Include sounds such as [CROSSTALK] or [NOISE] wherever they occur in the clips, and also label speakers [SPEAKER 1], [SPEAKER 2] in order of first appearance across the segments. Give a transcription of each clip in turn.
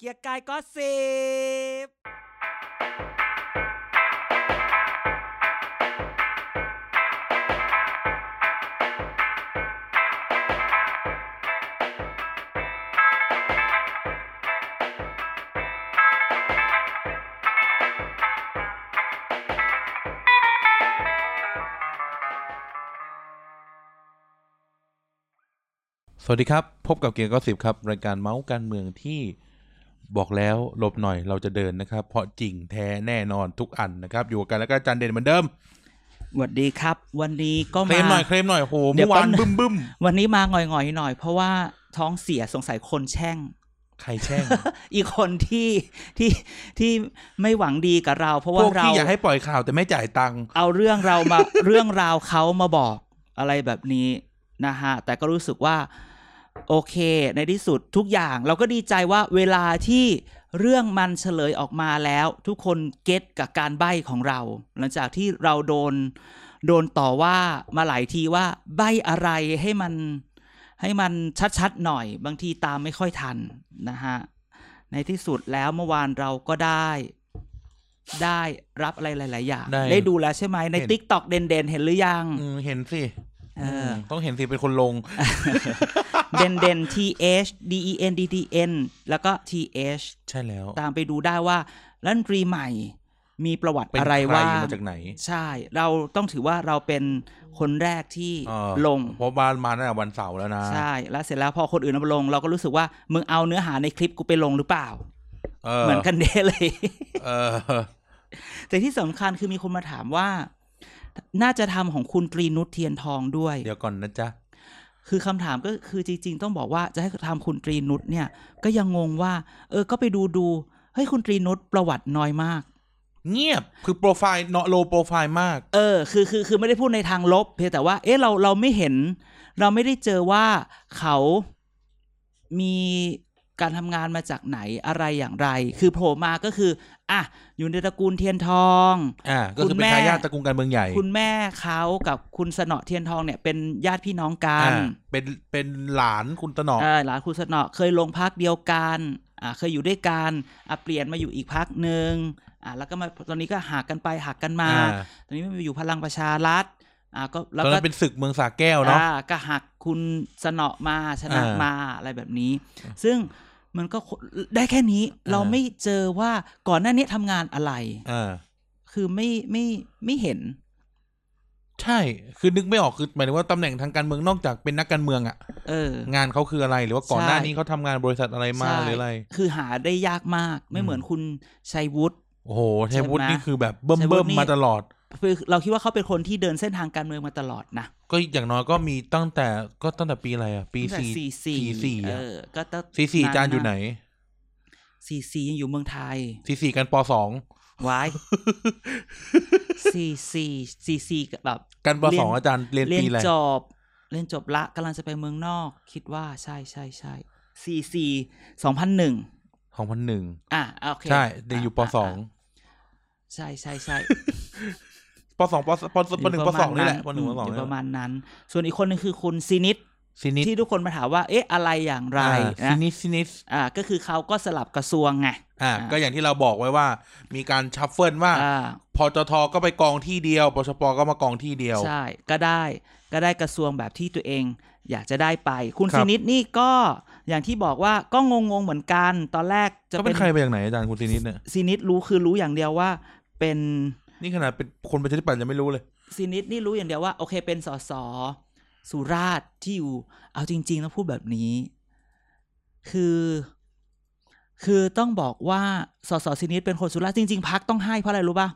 [SPEAKER 1] กียร์กายก็สิบ
[SPEAKER 2] สวัสดีครับ พบกับเกียร์ก็สิบครับ รายการเมาส์การเมืองที่บอกแล้วหลบหน่อยเราจะเดินนะครับ เพราะจริงแท้แน่นอนทุกอันนะครับ อยู่กับกันแล้วก็อาจันเด่นเหมือนเดิม
[SPEAKER 1] สวัสดีครับ วันนี้ก็
[SPEAKER 2] เคล
[SPEAKER 1] มา
[SPEAKER 2] มหน่อยเคลมหน่อยโอ้โห
[SPEAKER 1] เดี๋
[SPEAKER 2] เมื่
[SPEAKER 1] ยว
[SPEAKER 2] อวาน
[SPEAKER 1] แป๊
[SPEAKER 2] บึ้
[SPEAKER 1] บ
[SPEAKER 2] ม
[SPEAKER 1] นึง
[SPEAKER 2] บึ้ม
[SPEAKER 1] วันนี้มาหง่อยๆหน่อย เพราะว่าท้องเสียสงสัยคนแช่ง
[SPEAKER 2] ใครแช่ง
[SPEAKER 1] [LAUGHS] อีกคนที่ที่ที่ไม่หวังดีกับเรา เพราะ
[SPEAKER 2] พ
[SPEAKER 1] ว่าว
[SPEAKER 2] ก
[SPEAKER 1] เรา
[SPEAKER 2] ที่อยากให้ปล่อยข่าวแต่ไม่จ่ายตังค์
[SPEAKER 1] เอาเรื่องเรา [LAUGHS] มา เรื่องราวเขามาบอกอะไรแบบนี้นะฮะแต่ก็รู้สึกว่า โอเค ในที่สุดทุกอย่างเราก็ดีใจว่าเวลาที่เรื่องมันเฉลยออกมาแล้ว ทุกคนเก็ตกับการใบ้ของเรา หลังจากที่เราโดนโดนต่อว่ามาหลายทีว่าใบ้อะไรให้มันให้มันชัดๆหน่อย บางทีตามไม่ค่อยทันนะฮะในที่สุดแล้วเมื่อวานเราก็ได้ ได้รับอะไรหลายๆอย่างได้ดูแล้วใช่ไหมใน t ิ k t o k เด่นๆ เห็นหรือยัง
[SPEAKER 2] อืมเห็นสิ
[SPEAKER 1] เออ
[SPEAKER 2] มต้องเห็นสิเป็นคนลง
[SPEAKER 1] เด่นเด่น T H D E N D T N แล้วก็ T H
[SPEAKER 2] ใช่แล้ว
[SPEAKER 1] ตามไปดูได้ว่ารัฐมนตรีใหม่ มีประวัติ
[SPEAKER 2] เป็น
[SPEAKER 1] อะไร
[SPEAKER 2] ใคร
[SPEAKER 1] ว่า
[SPEAKER 2] มาจากไหน
[SPEAKER 1] ใช่ เราต้องถือว่าเราเป็นคนแรกที่
[SPEAKER 2] เออ
[SPEAKER 1] ลง
[SPEAKER 2] เพราะบ้านมาตั้งแต่วันเสาร์แล้วนะ
[SPEAKER 1] ใช่ แล้วเสร็จแล้วพอคนอื่นเอามาลง เราก็รู้สึกว่ามึงเอาเนื้อหาในคลิปกูไปลงหรือเปล่า
[SPEAKER 2] เออ
[SPEAKER 1] เหมือนกันเด้เลย [LAUGHS]
[SPEAKER 2] เออ
[SPEAKER 1] แต่ที่สำคัญคือมีคนมาถามว่า น่าจะทำของคุณตรีนุชเทียนทองด้วย
[SPEAKER 2] เดี๋ยวก่อนนะจ๊ะ
[SPEAKER 1] คือคำถามก็คือจริง ๆ ต้องบอกว่าจะให้ทำคุณตรีนุชเนี่ย ก็ยังงงว่า เออก็ไปดูดูเฮ้ยคุณตรีนุชประวัติน้อยมาก
[SPEAKER 2] เงียบคือโปรไฟล์เนาะโลโปรไฟล์มาก
[SPEAKER 1] เออคือคือคือไม่ได้พูดในทางลบ เพียงแต่ว่า เอ๊ะเราเราไม่เห็น เราไม่ได้เจอว่าเขามีการทำงานมาจากไหนอะไรอย่างไร คือโผล่มาก็คืออ่ะอยู่ในตระกูลเทียนทอง
[SPEAKER 2] อ่า ก็คือ
[SPEAKER 1] คุ
[SPEAKER 2] เป็น
[SPEAKER 1] ณแม่
[SPEAKER 2] ทายาทตระกูลการเมืองใหญ่
[SPEAKER 1] คุณแม่เขากับคุณสนอเทียนทองเนี่ยเป็นญาติพี่น้องกั
[SPEAKER 2] อ่าน เป็นเป็นหลานคุณตะหนอ
[SPEAKER 1] เออหลานครูสนอเคยลงพักเดียวกันอ่าเคยอยู่ด้วยกันอ่ะเปลี่ยนมาอยู่อีกพักหนึ่งอ่าแล้วก็มาตอนนี้ก็หักกันไปหักกันมา
[SPEAKER 2] อ่า
[SPEAKER 1] ตอนนี้ไม่มาอยู่พลังประชารัฐอ่าก็
[SPEAKER 2] ต
[SPEAKER 1] แล้ว
[SPEAKER 2] อน
[SPEAKER 1] ก็
[SPEAKER 2] นั้นเป็นศึกเมืองสาแก้วเนาะ
[SPEAKER 1] อ่าก็หักคุณสนอมาชนะ
[SPEAKER 2] อ่าม
[SPEAKER 1] มาอะไรแบบนี้ ซึ่งมันก็ได้แค่นี้
[SPEAKER 2] อ่า
[SPEAKER 1] เราไม่เจอว่าก่อนหน้านี้ทำงานอะไร
[SPEAKER 2] อ่า
[SPEAKER 1] คือไม่ไม่ไม่เห็น
[SPEAKER 2] ใช่ คือนึกไม่ออกคือหมายถึงว่าตำแหน่งทางการเมืองนอกจากเป็นนักการเมืองอะ
[SPEAKER 1] เออ
[SPEAKER 2] งานเขาคืออะไรหรือว่าก่อน
[SPEAKER 1] ใช่
[SPEAKER 2] หน้านี้เขาทำงานบริษัทอะไรมาหรืออะไร
[SPEAKER 1] ใช่คือหาได้ยากมากไม่เหมือนคุณชัยวุฒิ
[SPEAKER 2] โอ้โหชัยวุฒิ
[SPEAKER 1] ใช่ไหม
[SPEAKER 2] นี่คือแบบเบิ่ม
[SPEAKER 1] ชัยวุ
[SPEAKER 2] เบิ่
[SPEAKER 1] ฒิ
[SPEAKER 2] ม
[SPEAKER 1] นี่
[SPEAKER 2] มาตลอด
[SPEAKER 1] คือเราคิดว่าเขาเป็นคนที่เดินเส้นทางการเมืองมาตลอดนะ
[SPEAKER 2] ก็อย่างน้อยก็มีตั้งแต่ก็ตั้งแต่ปีอะไรอะปีสี่
[SPEAKER 1] สี่สี่
[SPEAKER 2] สี่
[SPEAKER 1] เอ
[SPEAKER 2] อะ
[SPEAKER 1] อ ก็ตั้ง
[SPEAKER 2] สี่สี่จานอยู่ไหน
[SPEAKER 1] สี่สี่ยังอยู่เมืองไทย
[SPEAKER 2] สี่สี่กันปสอง [LAUGHS]
[SPEAKER 1] วายสี่สี่สี่สี่ก็แบบ
[SPEAKER 2] กันปสองอาจารย์เรียน
[SPEAKER 1] เรียน
[SPEAKER 2] ปีอะไร
[SPEAKER 1] จบ เรียนจบละกำลังจะไปเมืองนอก คิดว่าใช่ใช่ใช่สี่สี่สองพันหนึ่ง
[SPEAKER 2] สองพันหนึ่ง
[SPEAKER 1] อ่ะโอเค
[SPEAKER 2] ใช่เรียนอยู่ปสอง
[SPEAKER 1] ใช่ใช่
[SPEAKER 2] [LAUGHS]
[SPEAKER 1] ใช่
[SPEAKER 2] ปสองปสปสปหนึ่งปสองนี่แหละปหนึ่งปสอง
[SPEAKER 1] ยู่
[SPEAKER 2] นี่
[SPEAKER 1] ประ
[SPEAKER 2] แหละ
[SPEAKER 1] มาณนั้น ส่วนอีกคนหนึ่งคือคุณซินิด
[SPEAKER 2] ซินิส
[SPEAKER 1] ที่ทุกคนมาถามว่า เอ๊ะ อะไรอย่างไร
[SPEAKER 2] อ่าซิ
[SPEAKER 1] นะ
[SPEAKER 2] นิสซินิส
[SPEAKER 1] อ่า ก็คือเขาก็สลับกระทรวงไง
[SPEAKER 2] อ่า
[SPEAKER 1] อ่า
[SPEAKER 2] ก็อย่างที่เราบอกไว้ว่า มีการชัฟเฟิลว่า
[SPEAKER 1] อ่า
[SPEAKER 2] พอจทก็ไปกองที่เดียวปชปก็มากองที่เดียว
[SPEAKER 1] ใช่ ก็ได้ ก็ได้กระทรวงแบบที่ตัวเอง อยากจะได้ไป คุณ
[SPEAKER 2] ครับ
[SPEAKER 1] ซินิดนี่ก็อย่างที่บอกว่าก็งงงๆเหมือนกัน ตอนแรกจะ
[SPEAKER 2] เขา
[SPEAKER 1] เป็
[SPEAKER 2] เป็น นใครไปอย่างไหนอาจารย์คุณซินิสเนี่ย
[SPEAKER 1] ซินิดรู้คือรู้อย่างเดียวว่า เป็น
[SPEAKER 2] นี่ขนาดเป็นคนประชาธิปัตย์ยังไม่รู้เลย
[SPEAKER 1] ซินิดนี่รู้อย่างเดียวว่าโอเคเป็นสสสุราษฎร์ที่อยู่ เอาจริงๆแล้วพูดแบบนี้ คือ คือต้องบอกว่าสสซินิดเป็นคนสุราษฎร์จริง ๆพักต้องให้เพราะอะไรรู้ป่ะ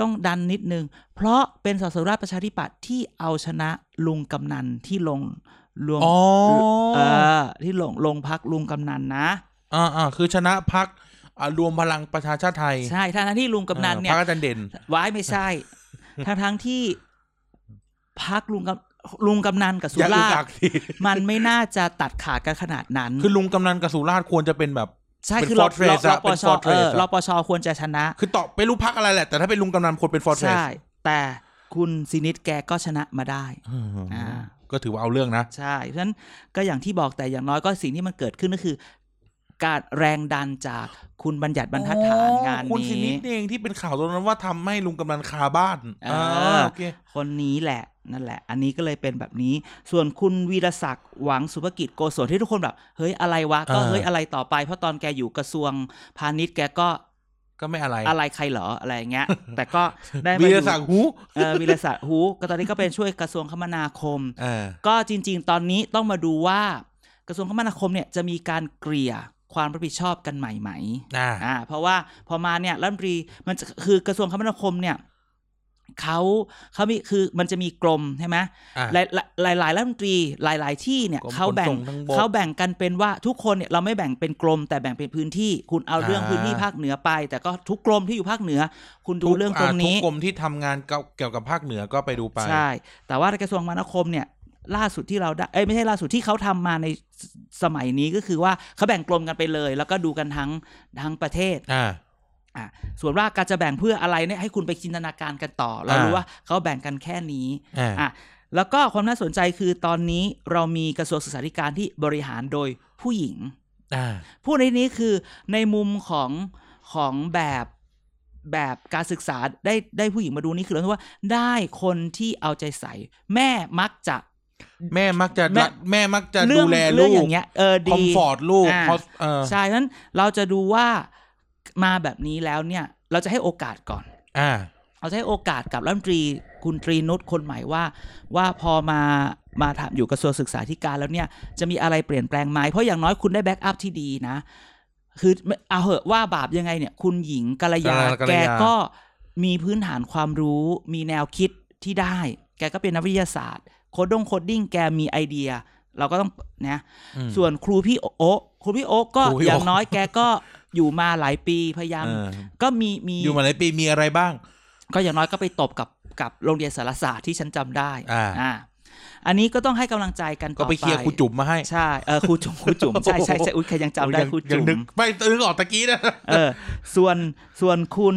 [SPEAKER 1] ต้องดันนิดนึง เพราะเป็นสสสุราษฎร์ประชาธิปัตย์ที่เอาชนะลุงกำนันที่ลงรวม
[SPEAKER 2] อ๋อ
[SPEAKER 1] เออที่ลงลงพักลุงกำนันนะ
[SPEAKER 2] อ่าอ่าคือชนะพักรวมพลังประชาชาติไทย
[SPEAKER 1] ใช่ทั้งๆที่ลุงกำนันเนี่ย
[SPEAKER 2] พักอาจารย์เด่น
[SPEAKER 1] ว้ายไม่ใช่ ทั้งทั้งๆที่พักลุงกำลุงกำนันกับสุ
[SPEAKER 2] อย่าอึ
[SPEAKER 1] ราก
[SPEAKER 2] อั
[SPEAKER 1] ษฎ
[SPEAKER 2] ก
[SPEAKER 1] ร์
[SPEAKER 2] สิ
[SPEAKER 1] มันไม่น่าจะตัดขาดกันขนาดนั้น
[SPEAKER 2] คือลุงกำนันกับสุราษฎร์ควรจะเป็นแบบ
[SPEAKER 1] ใช่
[SPEAKER 2] เป็น
[SPEAKER 1] คือรอ
[SPEAKER 2] fortress
[SPEAKER 1] รอ
[SPEAKER 2] อะ
[SPEAKER 1] ป
[SPEAKER 2] เป็น
[SPEAKER 1] ช
[SPEAKER 2] fortress
[SPEAKER 1] เออ
[SPEAKER 2] อะ
[SPEAKER 1] รอปชควรจะชนะ
[SPEAKER 2] คือตอบไม่รู้พักอะไรแหละแต่ถ้าเป็นลุงกำนันควรเป็นฟอร์เทรส
[SPEAKER 1] ใช่ แต่คุณซินิดแกก็ชนะมาได้ อ่า
[SPEAKER 2] ก็ถือว่าเอาเรื่องนะ
[SPEAKER 1] ใช่ เพราะฉะนั้นก็อย่างที่บอกแต่อย่างน้อยก็สิ่งที่มันเกิดขึ้นก็คือ การแรงดันจากคุณบัญญัติบรรทัดฐานงาน
[SPEAKER 2] อ๋อคุณสินิ
[SPEAKER 1] นี้
[SPEAKER 2] ดเองที่เป็นข่าวตอนนั้นว่าทำให้ลุงกำนันคาบ้าน
[SPEAKER 1] เออ
[SPEAKER 2] าโอเค
[SPEAKER 1] คนนี้แหละนั่นแหละ อันนี้ก็เลยเป็นแบบนี้ ส่วนคุณวีรศักดิ์หวังสุภกิจโกศลที่ทุกคนแบบ เฮ้ยอะไรวะ ก็
[SPEAKER 2] เออ
[SPEAKER 1] เฮ้ยอะไรต่อไป เพราะตอนแกอยู่กระทรวงพาณิชย์แกก็
[SPEAKER 2] ก็ไม่อะไร
[SPEAKER 1] อะไรใครเหรออะไรอย่าง
[SPEAKER 2] [LAUGHS]
[SPEAKER 1] เงี้ย แต่ก็ได้มา
[SPEAKER 2] วี
[SPEAKER 1] อ
[SPEAKER 2] ร
[SPEAKER 1] ยู่
[SPEAKER 2] ศักดิ์หู
[SPEAKER 1] เออวีรศักดิ์หูก็ตอนนี้ก็เป็นช่วยกระทรวงคมนาคม
[SPEAKER 2] เออ
[SPEAKER 1] ก็จริง ๆ ตอนนี้ต้องมาดูว่ากระทรวงคมนาคมเนี่ยจะมีการเกลี่ยความรับผิดชอบกันใหม่ไหม
[SPEAKER 2] อ่า
[SPEAKER 1] อ่าเพราะว่าพอมาเนี่ยรัฐมนตรีมันจะคือกระทรวงคมนาคมเนี่ยเขาเขามีคือมันจะมีกรมใช่ไหม
[SPEAKER 2] อ่า
[SPEAKER 1] หลายหลายหลายรัฐมนตรีหลายหลายที่เนี่ย
[SPEAKER 2] กรม
[SPEAKER 1] เขาแบ่
[SPEAKER 2] ขนส่
[SPEAKER 1] ง
[SPEAKER 2] งทางบก
[SPEAKER 1] เขาแบ่งกันเป็นว่าทุกคนเนี่ยเราไม่แบ่งเป็นกรม แต่แบ่งเป็นพื้นที่ คุณเอาเรื่อง
[SPEAKER 2] อ่า
[SPEAKER 1] พื้นที่ภาคเหนือไป แต่ก็ทุกกรมที่อยู่ภาคเหนือ คุณดู
[SPEAKER 2] ทุก
[SPEAKER 1] เรื่องตรง
[SPEAKER 2] า
[SPEAKER 1] นี้
[SPEAKER 2] ทุกกรมที่ทำงานเกี่ยวกับภาคเหนือก็ไปดูไป
[SPEAKER 1] ใช่ แต่ว่าในกระทรวงคมนาคมเนี่ยล่าสุดที่เราได้เอ้ยไม่ใช่ล่าสุดที่เขาทำมาในสสมัยนี้ก็คือว่าเขาแบ่งกรมกันไปเลย แล้วก็ดูกันทั้งทั้งประเทศ
[SPEAKER 2] อ่า
[SPEAKER 1] อ่ะส่วนว่าการจะแบ่งเพื่ออะไรเนี่ยให้คุณไปจินตนาการกันต่อ เรา
[SPEAKER 2] อ่า
[SPEAKER 1] รู้ว่าเขาแบ่งกันแค่นี้
[SPEAKER 2] อ่า
[SPEAKER 1] อ่ะแล้วก็ความน่าสนใจคือตอนนี้เรามีกระทรวงศึกษาธิการที่บริหารโดยผู้หญิง
[SPEAKER 2] อ่า
[SPEAKER 1] ผู้ในนี้คือในมุมของของแบบแบบการศึกษาได้ได้ผู้หญิงมาดูนี่คือเราว่าได้คนที่เอาใจใส่ แม่มักจะ
[SPEAKER 2] แม่มักจะ
[SPEAKER 1] แม่
[SPEAKER 2] รักแม่มักจะ
[SPEAKER 1] เรื่
[SPEAKER 2] ดูแล
[SPEAKER 1] เรื่
[SPEAKER 2] ลู
[SPEAKER 1] อง
[SPEAKER 2] ก
[SPEAKER 1] อย่างเงี้ยเออดี
[SPEAKER 2] คอมฟอร์ตลูก
[SPEAKER 1] อ่า
[SPEAKER 2] เขาเออ
[SPEAKER 1] ใช่เพราะฉะนั้นเราจะดูว่ามาแบบนี้แล้วเนี่ยเราจะให้โอกาสก่อน
[SPEAKER 2] อ่า
[SPEAKER 1] เอาใช้โอกาสกับรัฐมนตรีคุณตรีนุชคนใหม่ว่า ว่าพอมามาทำอยู่กระทรวงศึกษาธิการแล้วเนี่ย จะมีอะไรเปลี่ยนแปลงไหมเพราะอย่างน้อยคุณได้แบ็กอัพที่ดีนะ คือไม่เอาเหอะว่าบาปยังไงเนี่ย คุณหญิงกัลยา
[SPEAKER 2] กัลยา
[SPEAKER 1] แกก็มีพื้นฐานความรู้ มีแนวคิดที่ได้ แกก็เป็นนักวิทยาศาสตร์โคดดงโคดดิ้งแกมีไอเดีย เราก็ต้องนะ
[SPEAKER 2] อืม
[SPEAKER 1] ส่วนครูพี่โอ๊ะครูพี่โอ๊ะก็
[SPEAKER 2] ครู
[SPEAKER 1] อ
[SPEAKER 2] พี่โอ๊ะ
[SPEAKER 1] ย่างน้อยแกก็อยู่มาหลายปีพยายาม
[SPEAKER 2] เออ
[SPEAKER 1] ก็มีมี
[SPEAKER 2] อยู่มาหลายปีมีอะไรบ้าง
[SPEAKER 1] ก็อย่างน้อยก็ไปตบกับกับโรงเรียนสารศาสตร์ที่ฉันจำได้
[SPEAKER 2] อ่า
[SPEAKER 1] อันนี้ก็ต้องให้กำลังใจกันต่
[SPEAKER 2] ก็
[SPEAKER 1] อ
[SPEAKER 2] ไปเคลียร์ครูจุ๋มมาให้
[SPEAKER 1] ใช่ เออครูจุ๋มครูจุ๋มใช่ใช่ใช่อุ้ยใครยังจำได้
[SPEAKER 2] ยัง
[SPEAKER 1] ครู
[SPEAKER 2] ยัง
[SPEAKER 1] จุ๋ม
[SPEAKER 2] นึกไปนึกออกตะกี้นะ
[SPEAKER 1] เออ ส่วนส่วนคุณ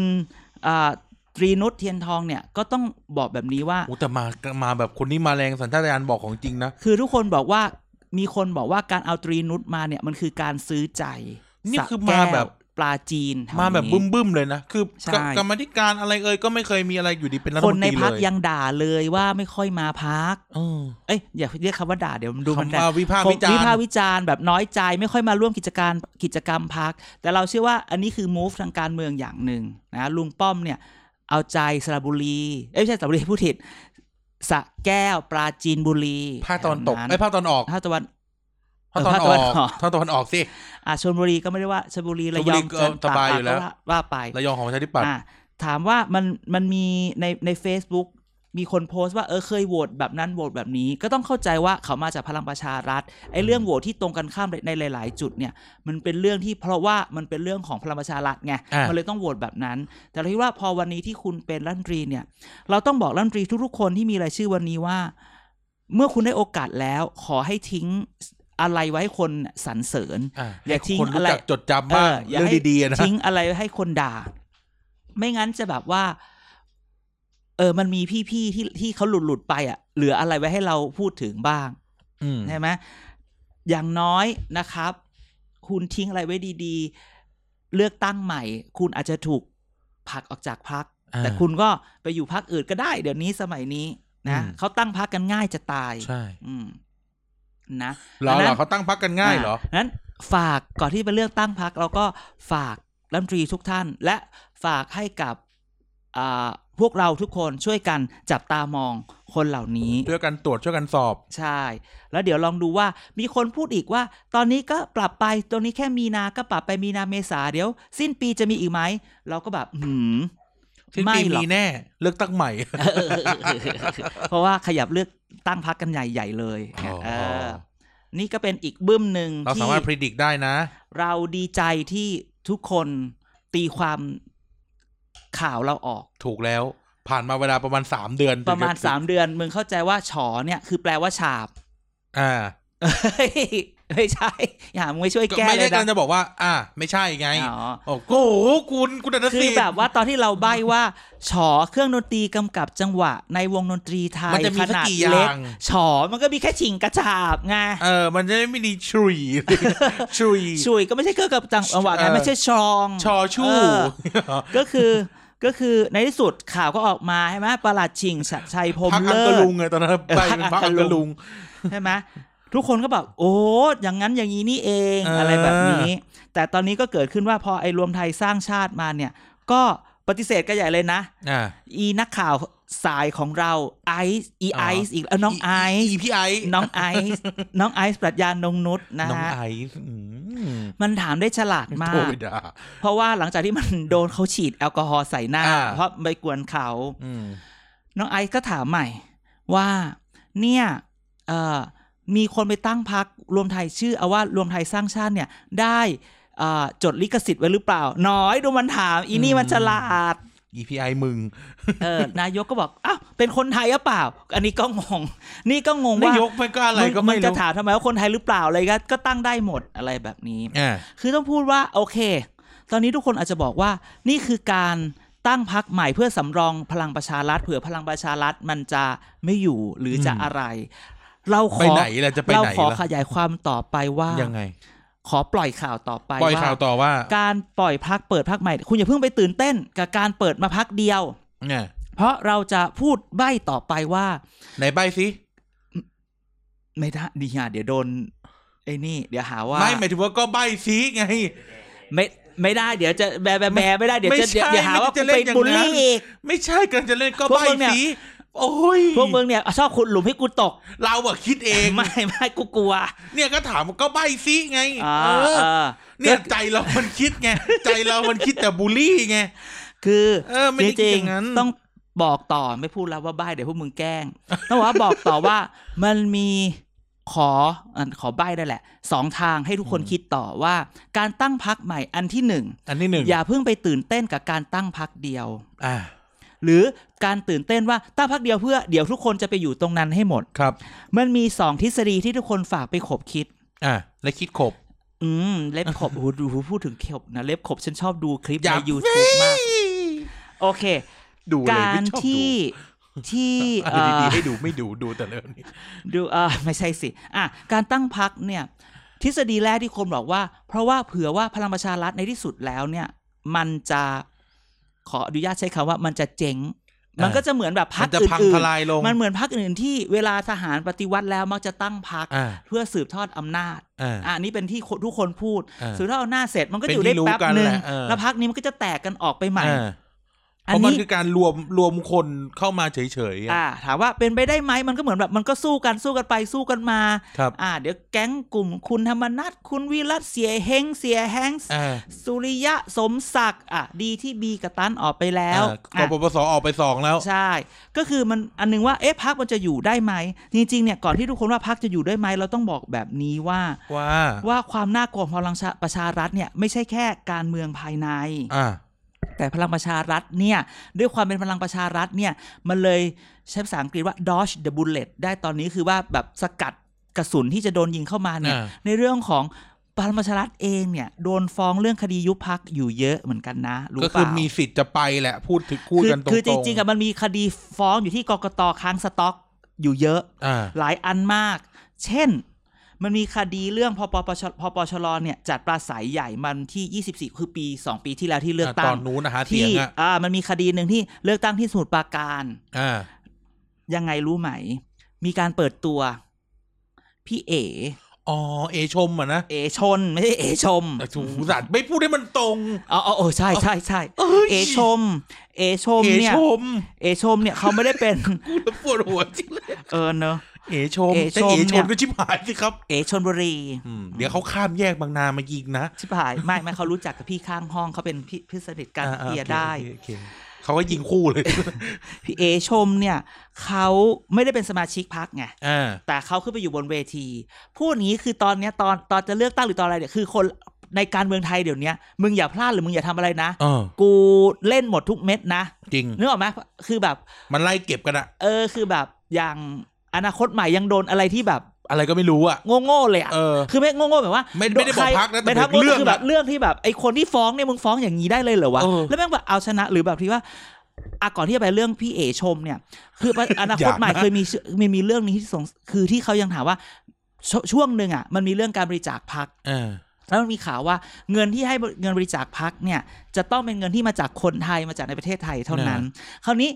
[SPEAKER 1] อ่าตรีนุชเทียนทองเนี่ยก็ต้องบอกแบบนี้ว่า
[SPEAKER 2] โอ้แต่มามาแบบคนนี้มาแรงสัญชาตญาณบอกของจริงนะ
[SPEAKER 1] คือทุกคนบอกว่ามีคนบอกว่าการเอาตรีนุชมาเนี่ยมันคือการซื้อใจ
[SPEAKER 2] นี่คือ
[SPEAKER 1] สะก้ว
[SPEAKER 2] มาแบบ
[SPEAKER 1] ปลาจีนทำอย่งนี้
[SPEAKER 2] มาแบบบึ้มบึ้มๆเลยนะ คือ
[SPEAKER 1] ใช่
[SPEAKER 2] กกรรมธิการอะไรเอ่ยก็ไม่เคยมีอะไรอยู่ดีเป็นรัฐ
[SPEAKER 1] ค
[SPEAKER 2] ม
[SPEAKER 1] น
[SPEAKER 2] น
[SPEAKER 1] ใน
[SPEAKER 2] ตรี
[SPEAKER 1] พัก
[SPEAKER 2] เลย
[SPEAKER 1] ยังด่าเลยว่าไม่ค่อยมาพัก
[SPEAKER 2] เออ
[SPEAKER 1] เอ้ยอย่าเรียกคำว่าด่าเดี๋ยวมันดูมัน
[SPEAKER 2] คำ
[SPEAKER 1] แรง
[SPEAKER 2] ว่าวิพากษ์
[SPEAKER 1] คง
[SPEAKER 2] วิจาร
[SPEAKER 1] วิพากษ์
[SPEAKER 2] ณ์
[SPEAKER 1] วิจารณ์แบบน้อยใจไม่ค่อยมาร่วมกิจการกิจกรรมพัก แต่เราเชื่อว่าอันนี้คือ move ทางการเมืองอย่างหนึ่งนะลุงป้อมเนี่ยเอาใจสระบุรี เอ้ยไม่ใช่สระบุรีผู้ถิดสระแก้วปราจีนบุรี
[SPEAKER 2] ภาคตอนตก
[SPEAKER 1] แถว
[SPEAKER 2] ไอ้ยภาคตอนออก
[SPEAKER 1] ภาคตะวัน
[SPEAKER 2] ภาคตอนอ
[SPEAKER 1] ภาคตะวั
[SPEAKER 2] อ
[SPEAKER 1] ออก
[SPEAKER 2] น กภาคตอนออกสิ
[SPEAKER 1] อ่ะชลบุรีก็ไม่ได้ว่าชลบุรีระ
[SPEAKER 2] ชลบุ
[SPEAKER 1] ย
[SPEAKER 2] รี
[SPEAKER 1] อง
[SPEAKER 2] ก็สบายอยู่แล้ว
[SPEAKER 1] ก็ว่าไประ
[SPEAKER 2] ยองของประชาธิปัตย์
[SPEAKER 1] อ่ะถามว่ามันมันมีในใน Facebook มีคนโพสต์ว่าเออเคยโหวตแบบนั้นโหวตแบบนี้ก็ต้องเข้าใจว่าเขามาจากพลังประชารัฐไอ้เรื่องโหวตที่ตรงกันข้ามในในหลาย ๆ จุดเนี่ย มันเป็นเรื่องที่เพราะว่ามันเป็นเรื่องของพลังประชารัฐไง
[SPEAKER 2] อ่ะ
[SPEAKER 1] มันเลยต้องโหวตแบบนั้น แต่เราคิดว่าพอวันนี้ที่คุณเป็นรัฐมนตรีเนี่ย เราต้องบอกรัฐมนตรีทุกๆคนที่มีรายชื่อวันนี้ว่า เมื่อคุณได้โอกาสแล้ว ขอให้ทิ้งอะไรไว้ให้คนสรรเสริญ
[SPEAKER 2] อ่ะ
[SPEAKER 1] อย่าทิ้ง
[SPEAKER 2] ให้คนรู้
[SPEAKER 1] อะไร
[SPEAKER 2] จักจดจำบ้าง
[SPEAKER 1] เอออย่า
[SPEAKER 2] เรื่อง
[SPEAKER 1] ให้
[SPEAKER 2] ดีๆนะ
[SPEAKER 1] ทิ้งอะไรให้คนด่า ไม่งั้นจะแบบว่า เออ มันมีพี่ๆที่ที่เขาหลุดหลุดๆไปอ่ะ เหลืออะไรไว้ให้เราพูดถึงบ้าง
[SPEAKER 2] อืม
[SPEAKER 1] ใช่ไหมอย่างน้อยนะครับ คุณทิ้งอะไรไว้ดีๆ เลือกตั้งใหม่ คุณอาจจะถูกผลักออกจากพัก
[SPEAKER 2] อ่า
[SPEAKER 1] แต่คุณก็ไปอยู่พักอื่นก็ได้ เดี๋ยวนี้สมัยนี้นะ
[SPEAKER 2] อืม
[SPEAKER 1] เขาตั้งพักกันง่ายจะตาย
[SPEAKER 2] ใช่
[SPEAKER 1] อืม นะ
[SPEAKER 2] เหรอ
[SPEAKER 1] อันนั้
[SPEAKER 2] เหรอน เขาตั้งพักกันง่ายเหรอ
[SPEAKER 1] อ่ะนั้นฝากก่อนที่ไปเลือกตั้งพักเราก็ฝากรัฐมนตรีทุกท่าน และฝากให้กับอ่าพวกเราทุกคนช่วยกันจับตามองคนเหล่านี้
[SPEAKER 2] ช่วยกันตรวจช่วยกันสอบ
[SPEAKER 1] ใช่ แล้วเดี๋ยวลองดูว่ามีคนพูดอีกว่า ตอนนี้ก็ปรับไปตรงนี้แค่มีนาก็ปรับไปมีนาเมษาเดี๋ยว สิ้นปีจะมีอีกไหม เราก็แบบหืม
[SPEAKER 2] ที่
[SPEAKER 1] ไม่
[SPEAKER 2] ปี
[SPEAKER 1] หรอ
[SPEAKER 2] มี
[SPEAKER 1] ก
[SPEAKER 2] แน่ เลือกตั้งใหม่
[SPEAKER 1] [LAUGHS] เพราะว่าขยับเลือกตั้งพักกันใหญ่ๆเลย
[SPEAKER 2] อ๋อ
[SPEAKER 1] เออนี่ก็เป็นอีกบึ้มหนึ่ง
[SPEAKER 2] เรา
[SPEAKER 1] ที่
[SPEAKER 2] สามารถพิจิตรได้นะ
[SPEAKER 1] เราดีใจที่ทุกคนตีความข่าวเราออก
[SPEAKER 2] ถูกแล้วผ่านมาเวลาประมาณสามเดือน
[SPEAKER 1] ประ [LAUGHS] มาณสามเดือน มึงเข้าใจว่าฉอเนี่ย คือแปลว่าฉาบ
[SPEAKER 2] อ่า
[SPEAKER 1] เฮ้ย ไม่ใช่ [LAUGHS] อย่ามึงไม่ช่วย
[SPEAKER 2] ก็
[SPEAKER 1] แก้
[SPEAKER 2] ไม่
[SPEAKER 1] เล
[SPEAKER 2] ได้
[SPEAKER 1] ยนะ
[SPEAKER 2] กำลังจะบอกว่า อ่า ไม่ใช่ไง
[SPEAKER 1] อ๋อ
[SPEAKER 2] โอ้โหคุณคุณอนันต์
[SPEAKER 1] คือ
[SPEAKER 2] สิ
[SPEAKER 1] แบบว่าตอนที่เราใบ้ว่าฉอเครื่องดนตรีกำกับจังหวะ ในวงดนตรีไท
[SPEAKER 2] มัน
[SPEAKER 1] ย
[SPEAKER 2] จะมี
[SPEAKER 1] ข
[SPEAKER 2] สัก
[SPEAKER 1] นาด
[SPEAKER 2] กี่อ
[SPEAKER 1] เล็
[SPEAKER 2] ย่าก ง
[SPEAKER 1] ฉอมันก็มีแค่ชิงกระฉาบไง
[SPEAKER 2] เออ มันจะไม่มีชุย [LAUGHS] ชุย
[SPEAKER 1] [LAUGHS] ชุยก็ไม่ใช่เครื่องกับจังหวะไง
[SPEAKER 2] เออ
[SPEAKER 1] ไม่ใช่ชอง
[SPEAKER 2] ชอชู่
[SPEAKER 1] เออ
[SPEAKER 2] [LAUGHS]
[SPEAKER 1] ก็คือก็คือในที่สุดข่าวก็ออกมาใช่ไหมประหลัดชิงชัดชัยพรหม
[SPEAKER 2] พักอัง
[SPEAKER 1] เลิ
[SPEAKER 2] กะ
[SPEAKER 1] ศ
[SPEAKER 2] ลุงไงตอน [LAUGHS] นั้นไปเป็นพัก
[SPEAKER 1] พรรคอั
[SPEAKER 2] อัง
[SPEAKER 1] ง
[SPEAKER 2] กะ
[SPEAKER 1] กะลุ
[SPEAKER 2] ลุง
[SPEAKER 1] ง ใช่ไหมทุกคนก็แบบโอ้อย่างนั้นอย่างนี้นี่เอง
[SPEAKER 2] เอออ
[SPEAKER 1] อะไรแบบนี้ แต่ตอนนี้ก็เกิดขึ้นว่าพอไอ้รวมไทยสร้างชาติมาเนี่ย ก็ปฏิเสธกันใหญ่เลยนะ
[SPEAKER 2] อ่า
[SPEAKER 1] อีนักข่าวสายของเราไอซ์อี
[SPEAKER 2] อ๋อ
[SPEAKER 1] ไอซ์อีกแล้วน้องไอซ์
[SPEAKER 2] พี่ไอซ์
[SPEAKER 1] น้องไอซ์น้องไอซ์ปรัชญานงนุษย์นะ
[SPEAKER 2] น้อง
[SPEAKER 1] ฮะ
[SPEAKER 2] ไอซ์อืม
[SPEAKER 1] มันถามได้ฉลาดมา
[SPEAKER 2] โทร
[SPEAKER 1] ก
[SPEAKER 2] ไปด่า
[SPEAKER 1] เพราะว่าหลังจากที่มัน โดนเขาฉีดแอลกอฮอล์ใส่หน้า
[SPEAKER 2] อ่า
[SPEAKER 1] เพราะไปกวนเขา
[SPEAKER 2] อืม
[SPEAKER 1] น้องไอซ์ก็ถามใหม่ว่า เนี่ยเอ่อมีคนไปตั้งพักรวมไทยชื่อเอาว่ารวมไทยสร้างชาติเนี่ยได้เอ่อจดลิขสิทธิ์ไว้หรือเปล่า น้อยดูมันถาม อีนี่
[SPEAKER 2] อืม
[SPEAKER 1] มันฉลาด
[SPEAKER 2] อีพีไอมึง
[SPEAKER 1] เออนายกก็บอกอ้าวเป็นคนไทยหรือเปล่า อันนี้ก็งง นี่ก็งง
[SPEAKER 2] นา
[SPEAKER 1] ว่าย
[SPEAKER 2] กมันก็อะไร
[SPEAKER 1] มึง
[SPEAKER 2] ก็ไม่
[SPEAKER 1] มึงจะ
[SPEAKER 2] รู้
[SPEAKER 1] ถามทำไมว่าคนไทยหรือเปล่าอะไรก็ก็ตั้งได้หมดอะไรแบบนี้
[SPEAKER 2] อ่า
[SPEAKER 1] คือต้องพูดว่าโอเค ตอนนี้ทุกคนอาจจะบอกว่านี่คือการตั้งพักใหม่เพื่อสำรองพลังประชารัฐเผื่อพลังประชารัฐมันจะไม่อยู่หรือจะอะไร เราข
[SPEAKER 2] ไป
[SPEAKER 1] อ
[SPEAKER 2] ไหนล่ะจะไป
[SPEAKER 1] เรา
[SPEAKER 2] ไหน
[SPEAKER 1] ขอข
[SPEAKER 2] ล่ะ
[SPEAKER 1] ยายความต่อไปว่า
[SPEAKER 2] ยังไง
[SPEAKER 1] ขอปล่อยข่าวต่อไป
[SPEAKER 2] ปล่อยข่าวต่อว่า
[SPEAKER 1] การปล่อยพักเปิดพักใหม่ คุณอย่าเพิ่งไปตื่นเต้นกับการเปิดมาพักเดียว
[SPEAKER 2] เนี่ย
[SPEAKER 1] เพราะเราจะพูดใบ้ต่อไปว่า
[SPEAKER 2] ไหนใบสิ
[SPEAKER 1] ไม่ได้ดีอ่ะเดี๋ยวโดนไอ้นี่เดี๋ยวหาว่า
[SPEAKER 2] ไม่หมายถึงว่าก็ใบสิไง
[SPEAKER 1] ไม่ไม่ได้เดี๋ยวจะแบะแบะแบะไม่ได้เดี๋ยว
[SPEAKER 2] ไม่
[SPEAKER 1] จะ
[SPEAKER 2] ใช่
[SPEAKER 1] เดี๋ยวเดี๋ยวหาว่ากู
[SPEAKER 2] ไม่ได้
[SPEAKER 1] ไป
[SPEAKER 2] จะเล่นอย่าง
[SPEAKER 1] บูล
[SPEAKER 2] นั้
[SPEAKER 1] ลี่
[SPEAKER 2] น
[SPEAKER 1] อีก
[SPEAKER 2] ไม่ใช่กันจะเล่นก็
[SPEAKER 1] พว
[SPEAKER 2] ใบ
[SPEAKER 1] กมึงเนี่ย
[SPEAKER 2] สิโอ้ย
[SPEAKER 1] พวกมึงเนี่ยชอบขุดหลุมให้กูตก
[SPEAKER 2] เราอะคิดเอง
[SPEAKER 1] ไม่ไม่กูกลัว
[SPEAKER 2] เนี่ยก็ถามก็ใบสิไง
[SPEAKER 1] อ่า
[SPEAKER 2] เออ
[SPEAKER 1] เออ
[SPEAKER 2] เนี่ยใจเรามันคิดไง ใจเรามันคิดแต่บูลลี่ไง
[SPEAKER 1] คือ
[SPEAKER 2] เออ
[SPEAKER 1] จ
[SPEAKER 2] ไม่ได้คิด
[SPEAKER 1] ริ
[SPEAKER 2] อง ย่างนั้น
[SPEAKER 1] ๆต้องบอกต่อไม่พูดแล้วว่าใบ้เดี๋ยวพวกมึงแกล้งต้องบอกว่าบอกต่อว่ามันมีขออ่ะขอใบ้ได้แหละสองทางให้ทุกคนคิดต่อว่า การตั้งพักใหม่อันที่หนึ่ง
[SPEAKER 2] อันที่หนึ่ง
[SPEAKER 1] อย่าเพิ่งไปตื่นเต้นกับการตั้งพักเดียว
[SPEAKER 2] อ่า
[SPEAKER 1] หรือการตื่นเต้นว่าตั้งพักเดียวเพื่อเดี๋ยวทุกคนจะไปอยู่ตรงนั้นให้หมด
[SPEAKER 2] ครับ
[SPEAKER 1] มันมีสองทฤษฎีที่ทุกคนฝากไปขบคิด
[SPEAKER 2] อ่าและคิดขบ
[SPEAKER 1] อืม เล็บขบ โอ้โหดูพูดถึงเข็บนะ เล็บขบ ฉันชอบดูคลิป
[SPEAKER 2] อยา
[SPEAKER 1] ใน
[SPEAKER 2] ก
[SPEAKER 1] YouTube มาก โอเค
[SPEAKER 2] ดูเลย
[SPEAKER 1] การ
[SPEAKER 2] ไม่ชอบดู
[SPEAKER 1] ที่ที่
[SPEAKER 2] อะ
[SPEAKER 1] เอ
[SPEAKER 2] ไรดี
[SPEAKER 1] อ
[SPEAKER 2] ๆให้ดูไม่ดูดูแต่เรื่องนี้
[SPEAKER 1] ดูเออไม่ใช่สิ อ่ะ การตั้งพักเนี่ย ทฤษฎีแรกที่คนบอกว่า เพราะว่าเผื่อว่าพลังประชารัฐในที่สุดแล้วเนี่ย มันจะขออนุญาตใช้คำว่ามันจะเจ๊ง
[SPEAKER 2] อ่ามั
[SPEAKER 1] มันก็จะเหมือนแบบพั
[SPEAKER 2] มั
[SPEAKER 1] ก
[SPEAKER 2] นจะพัง
[SPEAKER 1] อื่
[SPEAKER 2] ท
[SPEAKER 1] น
[SPEAKER 2] ลายลง
[SPEAKER 1] ๆมันเหมือนพักอื่นๆที่เวลาทหารปฏิวัติแล้วมักจะตั้งพัก
[SPEAKER 2] อ่า
[SPEAKER 1] เพื่อสืบทอดอำนาจ
[SPEAKER 2] อ่า
[SPEAKER 1] อ่านี่เป็นที่คนทุกคนพูด
[SPEAKER 2] อ่า
[SPEAKER 1] สุดท้ายเอาหน้าเสร็จมันก็
[SPEAKER 2] เป็
[SPEAKER 1] อ
[SPEAKER 2] น
[SPEAKER 1] ยู่ได้
[SPEAKER 2] ที่รู้
[SPEAKER 1] แป๊บ
[SPEAKER 2] กัน
[SPEAKER 1] หนึ่ง
[SPEAKER 2] แหละเออ
[SPEAKER 1] แล้วพักนี้มันก็จะแตกกันออกไปใหม่
[SPEAKER 2] อ่าเพ
[SPEAKER 1] อัน
[SPEAKER 2] ราะมัน
[SPEAKER 1] นี้
[SPEAKER 2] คือการรวมรวมคนเข้ามาเฉยๆอะ
[SPEAKER 1] อ่า ถามว่าเป็นไปได้ไหมมันก็เหมือนแบบมันก็สู้กันสู้กันไปสู้กันมา
[SPEAKER 2] ครับ
[SPEAKER 1] อ่า เดี๋ยวแก๊งกลุ่มคุณธรรมนัทคุณวิรัตเสียเฮงเสียแฮงส์
[SPEAKER 2] อ่า
[SPEAKER 1] สุริยะสมศักดิ์อ่ะดีที่บีกับตันออกไปแล้ว
[SPEAKER 2] อ่ากปปสออกไปสองแล้ว
[SPEAKER 1] ใช่ ก็คือมันอันนึงว่าเอ๊ะพักมันจะอยู่ได้ไหมจริงๆเนี่ยก่อนที่ทุกคนว่าพักจะอยู่ได้ไหมเราต้องบอกแบบนี้ว่า
[SPEAKER 2] ว่า
[SPEAKER 1] ว่าความน่ากลัวของพลังประชารัฐเนี่ยไม่ใช่แค่การเมืองภายใน
[SPEAKER 2] อ่า
[SPEAKER 1] แต่พลังประชารัฐเนี่ยด้วยความเป็นพลังประชารัฐเนี่ยมันเลยใช้ภาษาอังกฤษว่า dodge the bullet ได้ตอนนี้คือว่าแบบสกัดกระสุนที่จะโดนยิงเข้ามาเนี่ย
[SPEAKER 2] อ่า
[SPEAKER 1] ในเรื่องของพลังประชารัฐเองเนี่ยโดนฟ้องเรื่องคดียุบพักอยู่เยอะเหมือนกันนะรู้
[SPEAKER 2] ก็
[SPEAKER 1] เป
[SPEAKER 2] คือ
[SPEAKER 1] ล่า
[SPEAKER 2] มีสิทธิ์จะไปแหละ พูดถึงพูดกันตรงๆ
[SPEAKER 1] คือจริงๆอะมันมีคดีฟ้องอยู่ที่กกตค้างสต็อกอยู่เยอะ
[SPEAKER 2] อ่า
[SPEAKER 1] หลายอันมาก เช่น มันมีคดีเรื่องพปปชพปชรเนี่ยจัดปราศัยใหญ่มันที่ 24 คือปี 2 ปีที่แล้วที่เลือกตั้
[SPEAKER 2] ต
[SPEAKER 1] ง
[SPEAKER 2] อนนู้นนะฮะเสีย
[SPEAKER 1] ที่
[SPEAKER 2] งอ่ะ
[SPEAKER 1] อ่ามันมีคดีหนึ่งที่เลือกตั้งที่สมุทรปราการ
[SPEAKER 2] อ่า
[SPEAKER 1] ยังไงรู้ไหม มีการเปิดตัว พี่เอ
[SPEAKER 2] อ๋อ เอชมอ่ะนะ
[SPEAKER 1] เอชน ไม่ใช่เอชม
[SPEAKER 2] แต่ถูกสัตว์ไม่พูดให้มันตรง
[SPEAKER 1] อ๋ออ๋อเออใช่ใช่ใช่
[SPEAKER 2] เอ้ย
[SPEAKER 1] เอชม เอชม
[SPEAKER 2] เอ
[SPEAKER 1] เนี่ย
[SPEAKER 2] ชม
[SPEAKER 1] เอชมเนี่ยเขาไม่ได้เป็น [LAUGHS]
[SPEAKER 2] กูจะปวดหัวจริงเลย
[SPEAKER 1] เออเนอะ
[SPEAKER 2] เอชม
[SPEAKER 1] เอชม
[SPEAKER 2] แต่เอช
[SPEAKER 1] เนี่
[SPEAKER 2] ม
[SPEAKER 1] ย
[SPEAKER 2] ก็ชิบหายสิครับ
[SPEAKER 1] เอชนบุรี
[SPEAKER 2] อืมเดี๋ยวเขาข้ามแยกบางนามายิงนะ
[SPEAKER 1] ชิบหายไม่ไม่เขารู้จักกับพี่ข้างห้องเขาเป็นพี่พี่สนิทกัน
[SPEAKER 2] อ่าอ่า
[SPEAKER 1] เพียร์
[SPEAKER 2] โอค
[SPEAKER 1] ได้
[SPEAKER 2] โอเคโอเคเขาก็ยิงคู่เลย
[SPEAKER 1] พี่เอชมเนี่ยเขาไม่ได้เป็นสมาชิกพักไง
[SPEAKER 2] อ่า
[SPEAKER 1] แต่เขาขึ้นไปอยู่บนเวที พูดอย่างนี้คือตอนเนี้ยตอนตอนจะเลือกตั้งหรือตอนอะไรเนี่ยคือคนในการเมืองไทยเดี๋ยวเนี้ยมึงอย่าพลาดหรือมึงอย่าทำอะไรนะ
[SPEAKER 2] เออ
[SPEAKER 1] กูเล่นหมดทุกเม็ดนะ
[SPEAKER 2] จริง
[SPEAKER 1] นึกออกไหมคือแบบ
[SPEAKER 2] มันไล่เก็บกันอะ
[SPEAKER 1] เออคือแบบอย่างอนาคตใหม่ยังโดนอะไรที่แบบ
[SPEAKER 2] อะไรก็ไม่รู้อ่ะ
[SPEAKER 1] โง่โง่ๆเลยอะ
[SPEAKER 2] เออ
[SPEAKER 1] [LAUGHS] คือไม่โง่โง่ๆแบบว่า
[SPEAKER 2] ไม่ไม่ได้บอก
[SPEAKER 1] ใคร
[SPEAKER 2] พรรคนะแต่
[SPEAKER 1] ไม่ทัก
[SPEAKER 2] ถึงเรื่อง
[SPEAKER 1] คือแบบ
[SPEAKER 2] อะ
[SPEAKER 1] เรื่องที่แบบไอ้คนที่ฟ้องเนี่ยมึงฟ้องอย่างนี้ได้เลยเหรอวะ
[SPEAKER 2] เออ
[SPEAKER 1] แล้วแม่งแบบเอาชนะหรือแบบที่ว่าอะก่อนที่จะไปเรื่องพี่เอชมเนี่ย คืออนา
[SPEAKER 2] อ
[SPEAKER 1] คต
[SPEAKER 2] ยากนะ
[SPEAKER 1] ใหม่เคยมีชื่อมีมีเรื่องนี้ที่สงคือที่เขายังถามว่าชช่วงหนึ่งอะมันมีเรื่องการบริจาคพัก
[SPEAKER 2] อ่า
[SPEAKER 1] แล้วมันมีข่าวว่าเงินที่ให้บริเงินบริจาคพักเนี่ยจะต้องเป็นเงินที่มาจากคนไทยมาจากในประเทศไทยเท่านั้น คราวนี้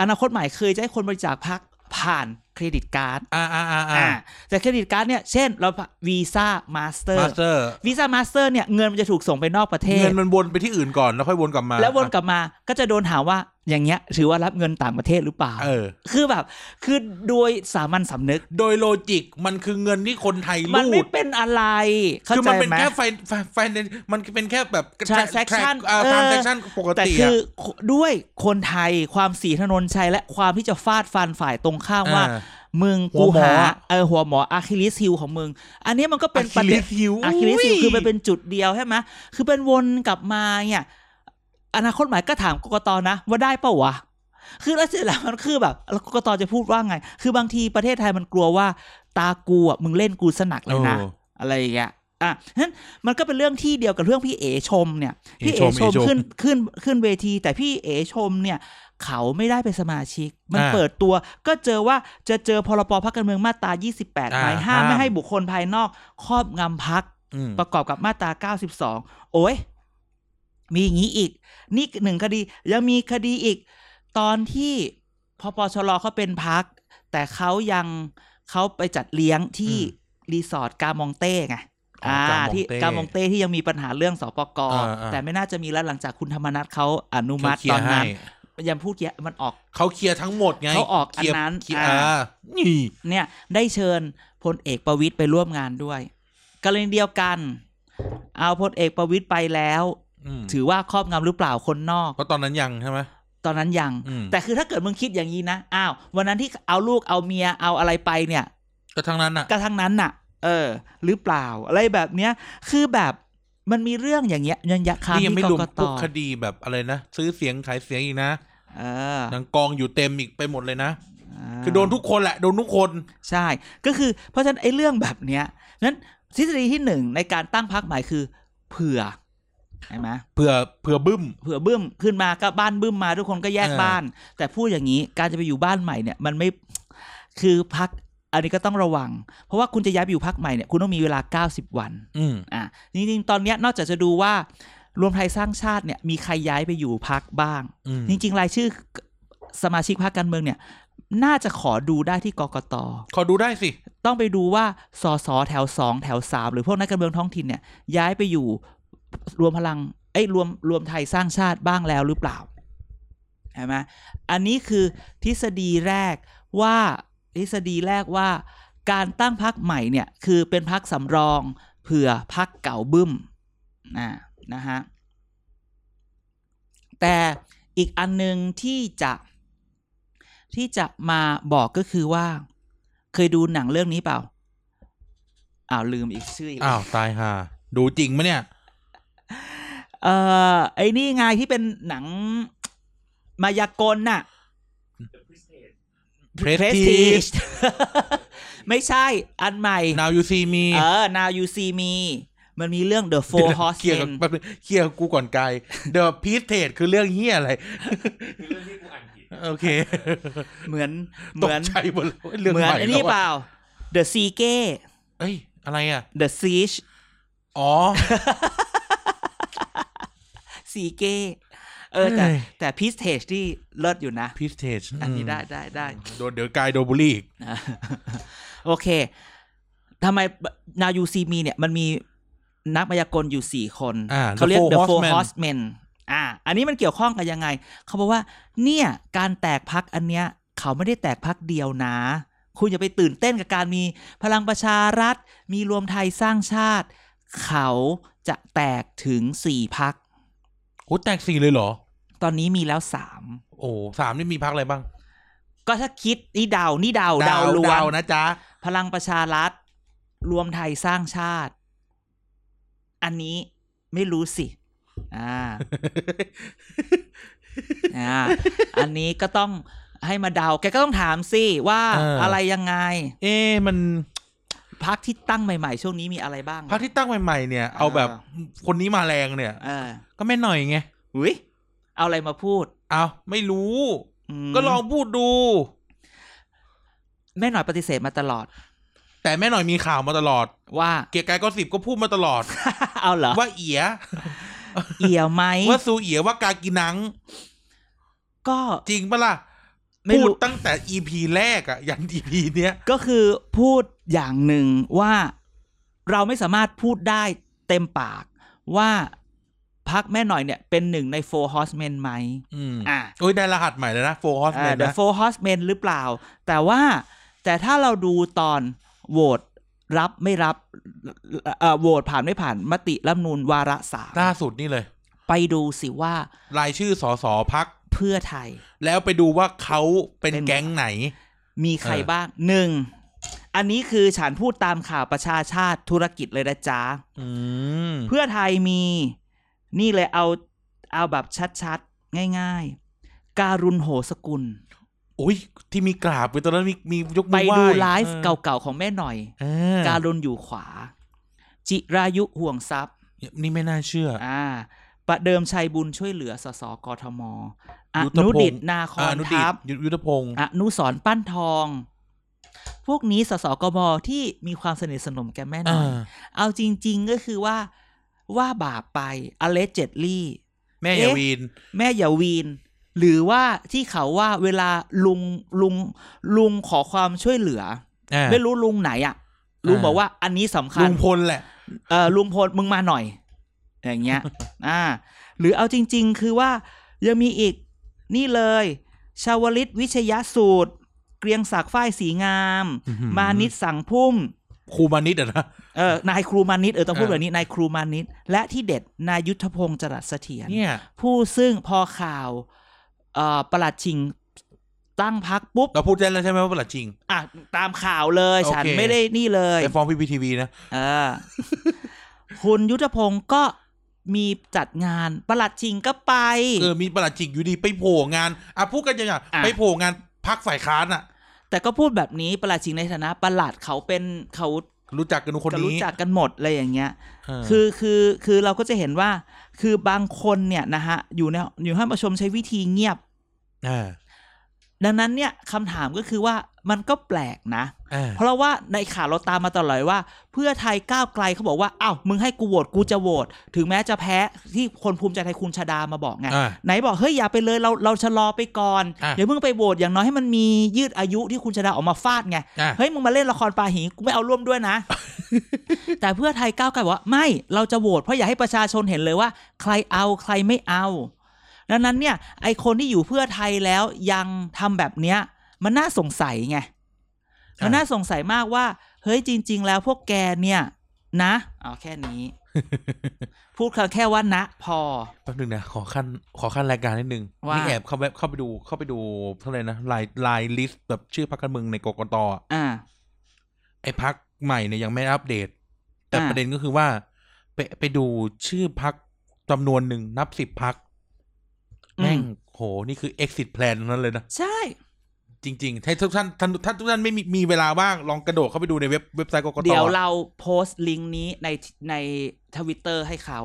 [SPEAKER 1] อนาคตใหม่เคยจะให้คนบริจาคพักผ่านเครดิตการ์ด
[SPEAKER 2] อ่าอ่าอ่า
[SPEAKER 1] อ่าแต่เครดิตการ์ดเนี่ย เช่นเราวีซ่ามาสเตอร์
[SPEAKER 2] มาสเตอร์
[SPEAKER 1] วีซ่ามาสเตอร์เนี่ย เงินมันจะถูกส่งไปนอกประเทศ
[SPEAKER 2] เงินมันวนไปที่อื่นก่อนแล้วค่อยวนกลับมา
[SPEAKER 1] แล้ววนกลับมาก็จะโดนหาว่าอย่างเงี้ย ถือว่ารับเงินต่างประเทศหรือเปล่า
[SPEAKER 2] เออ
[SPEAKER 1] คือแบบ คือโดยสามัญสำนึก
[SPEAKER 2] โดยโลจิกมันคือเงินที่คนไทย
[SPEAKER 1] มัน
[SPEAKER 2] รู
[SPEAKER 1] ไม่
[SPEAKER 2] ด
[SPEAKER 1] เป็นอะไร เข้า
[SPEAKER 2] คือ
[SPEAKER 1] ใจ
[SPEAKER 2] มันเป็น
[SPEAKER 1] ไหม
[SPEAKER 2] แค่ไฟไฟไฟในมันเป็นแค่แบบ
[SPEAKER 1] Transaction เออ
[SPEAKER 2] ทรานแซคชั่นปก
[SPEAKER 1] แต่
[SPEAKER 2] ติ
[SPEAKER 1] คื
[SPEAKER 2] อะ
[SPEAKER 1] อด้วยคนไทยความสีถนนชัยและความที่จะฟาดฟันฝ่ายตรงข้ามว่า
[SPEAKER 2] อ่า
[SPEAKER 1] มึง
[SPEAKER 2] หั
[SPEAKER 1] กู
[SPEAKER 2] วหมอ
[SPEAKER 1] หาเออหัวหมออะคิลิสฮิลของมึง อันนี้มันก็เป็นประเด็น
[SPEAKER 2] ฮิว
[SPEAKER 1] อะคิลิสซิลคือมันเป็นจุดเดียวใช่ไหมคือเป็นวนกลับมาเนี่ย อนาคตใหมายก็ถามกกตนะ ว่าได้เปล่าวะ คือแล้วเสร็จแล้วมันคือแบบแล้วกกตจะพูดว่าไง คือบางทีประเทศไทยมันกลัวว่า ตากูอ่ะมึงเล่นกูสนักเลยนะ
[SPEAKER 2] เออ
[SPEAKER 1] อะไรอย่างเงี้ย อ่ะฉะนั้นมันก็เป็นเรื่องที่เดียวกับเรื่องพี่เอชมเนี่ย พี่เอ
[SPEAKER 2] เอ๋ชม
[SPEAKER 1] ชม
[SPEAKER 2] เอ๋ชม
[SPEAKER 1] ขึ้นขึ้นขึ้นเวที แต่พี่เอชมเนี่ย เขาไม่ได้เป็นสมาชิก มัน
[SPEAKER 2] อ่า
[SPEAKER 1] เปิดตัว ก็เจอว่าจะเจอพรบพักการเมืองมาตรา 28หมาย
[SPEAKER 2] อ่า
[SPEAKER 1] ห้ามไม่
[SPEAKER 2] ห้าม
[SPEAKER 1] ให้บุคคลภายนอกครอบงำพัก
[SPEAKER 2] อืม
[SPEAKER 1] ประกอบกับมาตรา 92 โอ้ย มีอย่างนี้อีก นี่หนึ่งคดี ยังมีคดีอีก ตอนที่พปชรเขาเป็นพัก แต่เขายังเขาไปจัดเลี้ยงที่
[SPEAKER 2] อื
[SPEAKER 1] รีสอร์ทกามองเต้ไง
[SPEAKER 2] อ๋ออ่
[SPEAKER 1] อ่าก
[SPEAKER 2] ามองเต้
[SPEAKER 1] ที่กามองเต้ที่ยังมีปัญหาเรื่องสปก
[SPEAKER 2] อ่าๆ
[SPEAKER 1] แต่ไม่น่าจะมีแล้วหลังจากคุณธรรมนัทเขาอนุ
[SPEAKER 2] เขา
[SPEAKER 1] มัติ
[SPEAKER 2] เคลี
[SPEAKER 1] ต
[SPEAKER 2] ย
[SPEAKER 1] อน
[SPEAKER 2] ร์ให้
[SPEAKER 1] นั้น ยังพูดเยอะมันออก
[SPEAKER 2] เขาเคลียร์ทั้งหมดไง
[SPEAKER 1] เขาออก
[SPEAKER 2] เคลียร์
[SPEAKER 1] อันนั้น
[SPEAKER 2] เคลียร์
[SPEAKER 1] อ่า
[SPEAKER 2] อ่านี่
[SPEAKER 1] เนี่ยได้เชิญพลเอกประวิตยไปร่วมงานด้วยกรณีเดียวกัน เอาพลเอกประวิตยไปแล้ว
[SPEAKER 2] ม
[SPEAKER 1] ถือว่าครอบงำหรือเปล่าคนนอก
[SPEAKER 2] เพราะตอนนั้นยังใช่ไหม
[SPEAKER 1] ตอนนั้นยัง
[SPEAKER 2] อืม
[SPEAKER 1] แต่คือถ้าเกิดมึงคิดอย่างนี้นะอ้าววันนั้นที่เอาลูกเอาเมียเอาอะไรไปเนี่ย
[SPEAKER 2] ก็ทั้งนั้นอ่ะ
[SPEAKER 1] ก็ทั้งนั้นน่ะ เออ หรือเปล่า อะไรแบบเนี้ย คือแบบมันมีเรื่องอย่างเงี้ยยันยะคาม
[SPEAKER 2] นี่ยัง
[SPEAKER 1] ที่
[SPEAKER 2] ไม่
[SPEAKER 1] ก
[SPEAKER 2] รวม
[SPEAKER 1] กต
[SPEAKER 2] พวกคดีแบบอะไรนะ ซื้อเสียงขายเสียงอีกนะ
[SPEAKER 1] เออ
[SPEAKER 2] หนังกองอยู่เต็มอีกไปหมดเลยนะ
[SPEAKER 1] า
[SPEAKER 2] คือโดนทุกคนแหละ โดนทุกคน
[SPEAKER 1] ใช่ ก็คือเพราะฉะนั้นไอ้เรื่องแบบเนี้ยนั้นทฤษฎีที่หนึ่งในการตั้งพักใหม่คือ เผื่อใช่ไหม
[SPEAKER 2] เผื่อเผื่อบึ้ม
[SPEAKER 1] เผื่อบึ้มขึ้นมาก็บ้านบึ้มมาทุกคนก็แยก
[SPEAKER 2] เออ
[SPEAKER 1] บ้าน แต่พูดอย่างนี้การจะไปอยู่บ้านใหม่เนี่ย มันไม่คือพักอันนี้ก็ต้องระวัง เพราะว่าคุณจะย้ายไปอยู่พักใหม่เนี่ยคุณต้องมีเวลา 90 วัน
[SPEAKER 2] อืม
[SPEAKER 1] อ่ะจริงๆ ตอนเนี้ยนอกจากจะดูว่ารวมไทยสร้างชาติเนี่ยมีใครย้ายไปอยู่พักบ้าง
[SPEAKER 2] อืม
[SPEAKER 1] จริงๆรายชื่อสมาชิกพรรคการเมืองเนี่ย น่าจะขอดูได้ที่กกต
[SPEAKER 2] ขอดูได้สิ
[SPEAKER 1] ต้องไปดูว่าสสแถวสองแถวสามหรือพวกนักการเมืองท้องถิ่นเนี่ย ย้ายไปอยู่รวมพลังเอ้ยรวมรวมไทยสร้างชาติบ้างแล้วหรือเปล่าใช่ไหมอันนี้คือทฤษฎีแรกว่าทฤษฎีแรกว่า การตั้งพักใหม่เนี่ย คือเป็นพักสำรอง เผื่อพักเก่าบึ้มนะนะฮะแต่อีกอันหนึ่งที่จะ ที่จะมาบอกก็คือว่า เคยดูหนังเรื่องนี้เปล่า อ้าวลืมอีกชื่ออีกแล้ว
[SPEAKER 2] อ้าว ตายห่าดูจริงไหมเนี่ย
[SPEAKER 1] เออไอ้นี่ไงที่เป็นหนังมายากลน่ะ
[SPEAKER 2] Prestige
[SPEAKER 1] Prestige [LAUGHS] ไม่ใช่ อันใหม่
[SPEAKER 2] now you see me
[SPEAKER 1] เออ now you see me มันมีเรื่อง the
[SPEAKER 2] เดี๋ยว
[SPEAKER 1] four
[SPEAKER 2] นะเคลียร์กับ
[SPEAKER 1] horsemen
[SPEAKER 2] แป๊บนึงเคลียร์กับกูก่อนไกล The Peace State คือเรื่องเฮียอะไร
[SPEAKER 3] คือเรื่องที่กูอ่านผิด
[SPEAKER 2] โอเค
[SPEAKER 1] เหมือน เห
[SPEAKER 2] ต
[SPEAKER 1] มื
[SPEAKER 2] ก
[SPEAKER 1] อน
[SPEAKER 2] ใจหมดเลยเรื่อง
[SPEAKER 1] เหมือน
[SPEAKER 2] ใหม่
[SPEAKER 1] ไอ้นี่
[SPEAKER 2] แล้ว
[SPEAKER 1] เป
[SPEAKER 2] อะ
[SPEAKER 1] ล่า the siege
[SPEAKER 2] เอ้ย อะไรอ่ะ
[SPEAKER 1] the siege
[SPEAKER 2] อ๋อ
[SPEAKER 1] สีเก้เออ แต่
[SPEAKER 2] เอ้ย
[SPEAKER 1] แต่พีสเทจที่เลิศอยู่นะ
[SPEAKER 2] Peace State
[SPEAKER 1] อันนี้ได้ได้ได้
[SPEAKER 2] โดนเดี๋ยวกายโดนบุลลี่อีก
[SPEAKER 1] นะ [LAUGHS] โอเค ทำไมนายูซีมีเนี่ยมันมีนักมายากลอยู่สี่คน
[SPEAKER 2] อ่า
[SPEAKER 1] เขาเรียก The Four
[SPEAKER 2] Horsemen
[SPEAKER 1] Horsemen อ่า อันนี้มันเกี่ยวข้องกันยังไง เขาบอกว่า เนี่ย การแตกพักอันเนี้ย เขาไม่ได้แตกพักเดียวนะ คุณอย่าไปตื่นเต้นกับการมีพลังประชารัฐ มีรวมไทยสร้างชาติ เขาจะแตกถึงสี่พัก
[SPEAKER 2] โอ้แตกสี่เลยเหรอ
[SPEAKER 1] ตอนนี้มีแล้วสาม
[SPEAKER 2] โอ้สามนี่มีพักอะไรบ้าง
[SPEAKER 1] ก็ถ้าคิดนี่เดา นี่เดาเดาล้วน
[SPEAKER 2] ดาวนะจ๊ะ [LAUGHS]
[SPEAKER 1] พลังประชารัฐ รวมไทยสร้างชาติ อันนี้ไม่รู้สิ อ่า อ่า อันนี้ก็ต้องให้มาเดา แกก็ต้องถามสิว่า
[SPEAKER 2] เอออ
[SPEAKER 1] อะไรยังไง
[SPEAKER 2] เอ๊ะมัน
[SPEAKER 1] พักที่ตั้งใหม่ ๆ ช่วงนี้มีอะไรบ้าง
[SPEAKER 2] พักที่ตั้งใหม่ๆเนี่ย เอาแบบคนนี้มาแรงเนี่ย
[SPEAKER 1] เออ
[SPEAKER 2] ก็ไม่หน่อยไง
[SPEAKER 1] อุ้ยเอาอะไรมาพูด
[SPEAKER 2] เอาไม่รู้
[SPEAKER 1] ม
[SPEAKER 2] ก็ลองพูดดู
[SPEAKER 1] แม่หน่อยปฏิเสธมาตลอด
[SPEAKER 2] แต่แม่หน่อยมีข่าวมาตลอด
[SPEAKER 1] ว่า
[SPEAKER 2] เกียร์กายก็สิบก็พูดมาตล
[SPEAKER 1] [LAUGHS]
[SPEAKER 2] อด
[SPEAKER 1] เอาเหรอ
[SPEAKER 2] ว่าเอีย
[SPEAKER 1] เอี่ยวไหม
[SPEAKER 2] ว่าซูเอียว่ากากินัง
[SPEAKER 1] ก็
[SPEAKER 2] จริงปะล่ะ
[SPEAKER 1] ไม่
[SPEAKER 2] พูด
[SPEAKER 1] รู้
[SPEAKER 2] ตั้งแต่ EP แรกอะยัน EP เนี้ย
[SPEAKER 1] ก็คือพูดอย่างหนึ่งว่าเราไม่สามารถพูดได้เต็มปากว่าพักแม่หน่อยเนี่ยเป็นหนึ่งใน four horsemen ไหม
[SPEAKER 2] อืม
[SPEAKER 1] อ่ะ
[SPEAKER 2] โอ้ยได้รหัสใหม่แล้วนะโฟร์ฮอสเลย
[SPEAKER 1] เดอะ
[SPEAKER 2] นะ
[SPEAKER 1] โฟร์ฮอสเมนหรือเปล่า แต่ว่าแต่ถ้าเราดูตอนโหวตรับไม่รับเอ่อโหวตผ่านไม่ผ่านมติรัฐธรรมนูนวาระสาม
[SPEAKER 2] ล่าสุดนี่เลย
[SPEAKER 1] ไปดูสิว่าร
[SPEAKER 2] ายชื่อสอสอพัก
[SPEAKER 1] เพื่อไทย
[SPEAKER 2] แล้วไปดูว่าเขาเป็น
[SPEAKER 1] เป็น
[SPEAKER 2] แก๊งไหน
[SPEAKER 1] มีใคร
[SPEAKER 2] เออ
[SPEAKER 1] บ้างหนึ่งอันนี้คือฉันพูดตามข่าวประชาชาติธุรกิจเลยนะจ๊ะ
[SPEAKER 2] อืม
[SPEAKER 1] เพื่อไทยมีนี่เลยเอาเอาแบบชัดๆ ง่ายๆ การุณโหสกุล
[SPEAKER 2] โอ้ยที่มีกราบไปตอนนั้นมีมียก
[SPEAKER 1] ไป
[SPEAKER 2] มือไหว้
[SPEAKER 1] ดูไลฟ์
[SPEAKER 2] ออ
[SPEAKER 1] เก่าๆ ของแม่หน่อย
[SPEAKER 2] เออ
[SPEAKER 1] การุณอยู่ขวา จิรายุห่วงทรัพย์
[SPEAKER 2] นี่ไม่น่าเชื่อ
[SPEAKER 1] อ่าประเดิมชัยบุญช่วยเหลือสสกทมอ
[SPEAKER 2] ยุทธพงษ์
[SPEAKER 1] นุดิตนาค
[SPEAKER 2] อา
[SPEAKER 1] อน
[SPEAKER 2] นุดิ
[SPEAKER 1] ทั
[SPEAKER 2] ต
[SPEAKER 1] พ
[SPEAKER 2] ยุทธพงศ์
[SPEAKER 1] อนุสรณ์ปั้นทอง พวกนี้สสกมที่มีความสนิทสนมกับแม่หน่อย
[SPEAKER 2] อ่า
[SPEAKER 1] เอาจริง ๆ ก็คือว่าว่าบาปไปอเลสเจดลี่
[SPEAKER 2] แม่ยา
[SPEAKER 1] เอ๊ะ
[SPEAKER 2] วีน
[SPEAKER 1] แม่อย่าวีน หรือว่าที่เขาว่าเวลาลุงลุงลุงขอความช่วยเหลือ
[SPEAKER 2] อ่า
[SPEAKER 1] อไม่รู้ลุงไหนอะลุง
[SPEAKER 2] อ่า
[SPEAKER 1] บอกว่าอันนี้สำคั
[SPEAKER 2] ลุ
[SPEAKER 1] ญ
[SPEAKER 2] งพลแหละ
[SPEAKER 1] เออลุงพลมึงมาหน่อย อย่าง
[SPEAKER 2] [LAUGHS]
[SPEAKER 1] เงี้ย อ่า หรือเอาจริง ๆ คือว่ายังมีอีกนี่เลย ชาวลิตวิชยสูตร เกรียงศักดิ์ฝ้ายสีงาม
[SPEAKER 2] อื้อหือ
[SPEAKER 1] มานิดสังพุ่ม
[SPEAKER 2] ครูมานิดอะนะ
[SPEAKER 1] เออนายครูมานิดเออต้องพูด
[SPEAKER 2] อ่า
[SPEAKER 1] แบบนี้นายครูมานิดและที่เด็ดนายยุทธพงศ์จรัสเสถียร
[SPEAKER 2] เนี่ย
[SPEAKER 1] ผู้ซึ่งพอข่าว เอ่อประหลัดชิงตั้งพักปุ๊บ
[SPEAKER 2] เราพูดได้แล้วใช่ไหมว่าประหลัดจริง
[SPEAKER 1] อ่ะ ตามข่าวเลย
[SPEAKER 2] โอเค
[SPEAKER 1] ฉันไม่ได้นี่เลย
[SPEAKER 2] ไปฟ้องพี่พีทีวีนะ
[SPEAKER 1] เออ คุณยุทธพงศ์ก็มีจัดงานประหลัดชิงก็ไป
[SPEAKER 2] เออมีประหลัดจริงอยู่ดีไปโผล่งานอ่ะพูดกันอย่างๆ
[SPEAKER 1] อ่ะ
[SPEAKER 2] ไปโผล่งานพักฝ่ายค้านอะ
[SPEAKER 1] แต่ก็พูดแบบนี้ประหลัดชิงในฐานะประหลัดเขาเป็นเขา
[SPEAKER 2] รู้จักกันทุกคน
[SPEAKER 1] ก็
[SPEAKER 2] นี้
[SPEAKER 1] รู้จักกันหมดอะไรอย่างเงี้ย
[SPEAKER 2] เออ
[SPEAKER 1] คือคือคือเราก็จะเห็นว่า คือบางคนเนี่ยนะฮะ อยู่ในอยู่ห้องประชุมใช้วิธีเงียบ
[SPEAKER 2] อ่า
[SPEAKER 1] ดังนั้นเนี่ยคำถามก็คือว่ามันก็แปลกนะ
[SPEAKER 2] อ่า
[SPEAKER 1] เพราะว่าในข่าวเราตามมาตลอดว่า เพื่อไทยก้าวไกลเขาบอกว่าอ้าวมึงให้กูโหวตกูจะโหวตถึงแม้จะแพ้ที่คนภูมิใจไทยคุณชาดามาบอกไง
[SPEAKER 2] อ่า
[SPEAKER 1] ไหนบอกเฮ้ยอย่าไปเลยเราเราชะลอไปก่อน
[SPEAKER 2] อ่ะ
[SPEAKER 1] อย่าเพิ่งไปโหวตอย่างน้อยให้มันมียืดอายุที่คุณชาดาออกมาฟาดไง
[SPEAKER 2] อ่า [LAUGHS]
[SPEAKER 1] เฮ้ยมึงมาเล่นละครปาหีกูไม่เอาร่วมด้วยนะ แต่เพื่อไทยก้าวไกลบอกว่าไม่เราจะโหวตเพราะอยากให้ประชาชนเห็นเลยว่า ใครเอาใครไม่เอาดังนั้นเนี่ยไอคนที่อยู่เพื่อไทยแล้วยังทำแบบเนี้ยมันน่าสงสัยไง มันน่าสงสัยมากว่า เฮ้ยจริง ๆ แล้วพวกแกเนี่ย นะเอาแค่นี้ พูดคำแค่ว่านะ พอ
[SPEAKER 2] แป๊บนึงนะ ขอขั้นขอขั้นรายการนิดนึง
[SPEAKER 1] ว่านี่
[SPEAKER 2] นี่แอบเข้าไปเข้าไปดูเข้าไปดูเท่าไหร่นะลายลายลิสต์แบบชื่อพรรคการเมืองในกกตอะ
[SPEAKER 1] อ่า
[SPEAKER 2] ไอ้พรรคใหม่เนี่ยยังไม่อัปเดต แต่
[SPEAKER 1] อ่า
[SPEAKER 2] ประเด็นก็คือว่า ไปไปดูชื่อพรรคจำนวนหนึ่งนับสิบพรรคแม่งโห นี่คือ exit plan ทั้งนั้นเลยนะ
[SPEAKER 1] ใช่
[SPEAKER 2] จริงๆถ้าทุกท่านท่านท่านทุกท่านไม่มีมีเวลาว่างลองกระโดดเข้าไปดูในเว็บเว็บไซต์กกต
[SPEAKER 1] เดี๋ยว
[SPEAKER 2] อะ
[SPEAKER 1] เราโพสต์ลิงก์นี้ในในทวิตเตอร์ให้เขา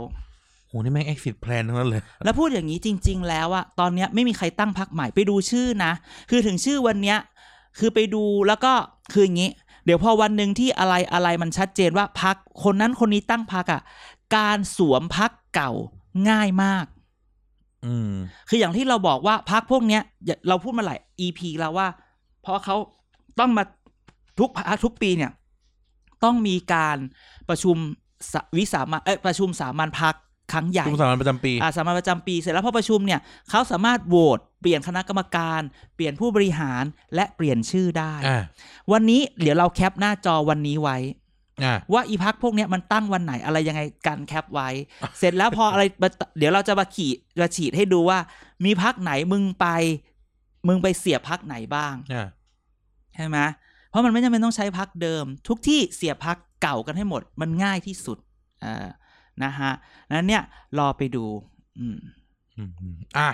[SPEAKER 2] โหนี่แม่ง exit plan ทั้งนั้นเลย
[SPEAKER 1] แล้วพูดอย่างนี้จริง ๆ แล้วอะตอนเนี้ยไม่มีใครตั้งพักใหม่ไปดูชื่อนะ คือถึงชื่อวันเนี้ย คือไปดูแล้วก็คืออย่างนี้ เดี๋ยวพอวันหนึ่งที่อะไรอะไรมันชัดเจนว่าพักคนนั้นคนนี้ตั้งพักอะการสวมพักเก่าง่ายมาก
[SPEAKER 2] อืม
[SPEAKER 1] คืออย่างที่เราบอกว่าพักพวกเนี้ยอย่าเราพูดมาหลาย EP แล้วว่า เพราะเขาต้องมาทุกพักทุกปีเนี่ย ต้องมีการประชุมสะวิสามันเอ้ยประชุมสามัญพักครั้งใหญ่
[SPEAKER 2] ชุมสามัญประจำปี
[SPEAKER 1] อ่าสามัญประจำปีเสร็จแล้วพอประชุมเนี่ยเขาสามารถโหวตเปลี่ยนคณะกรรมการ เปลี่ยนผู้บริหารและเปลี่ยนชื่อได้
[SPEAKER 2] อ่า
[SPEAKER 1] วันนี้เดี๋ยวเราแคปหน้าจอวันนี้ไว้
[SPEAKER 2] อ่า
[SPEAKER 1] ว่าอีพักพวกเนี้ยมันตั้งวันไหนอะไรยังไงกันแคปไว้ เสร็จแล้วพออะไรมาเดี๋ยวเราจะมาขี่มาฉีดให้ดูว่า มีพักไหนมึงไป มึงไปเสียบพักไหนบ้าง
[SPEAKER 2] อ่า
[SPEAKER 1] ใช่ไหมเพราะมันไม่จำเป็นต้องใช้พักเดิม ทุกที่เสียบพักเก่ากันให้หมด มันง่ายที่สุดอ่านะฮะนั้นเนี่ยรอไปดู อืม
[SPEAKER 2] อืมอืมอ่ะ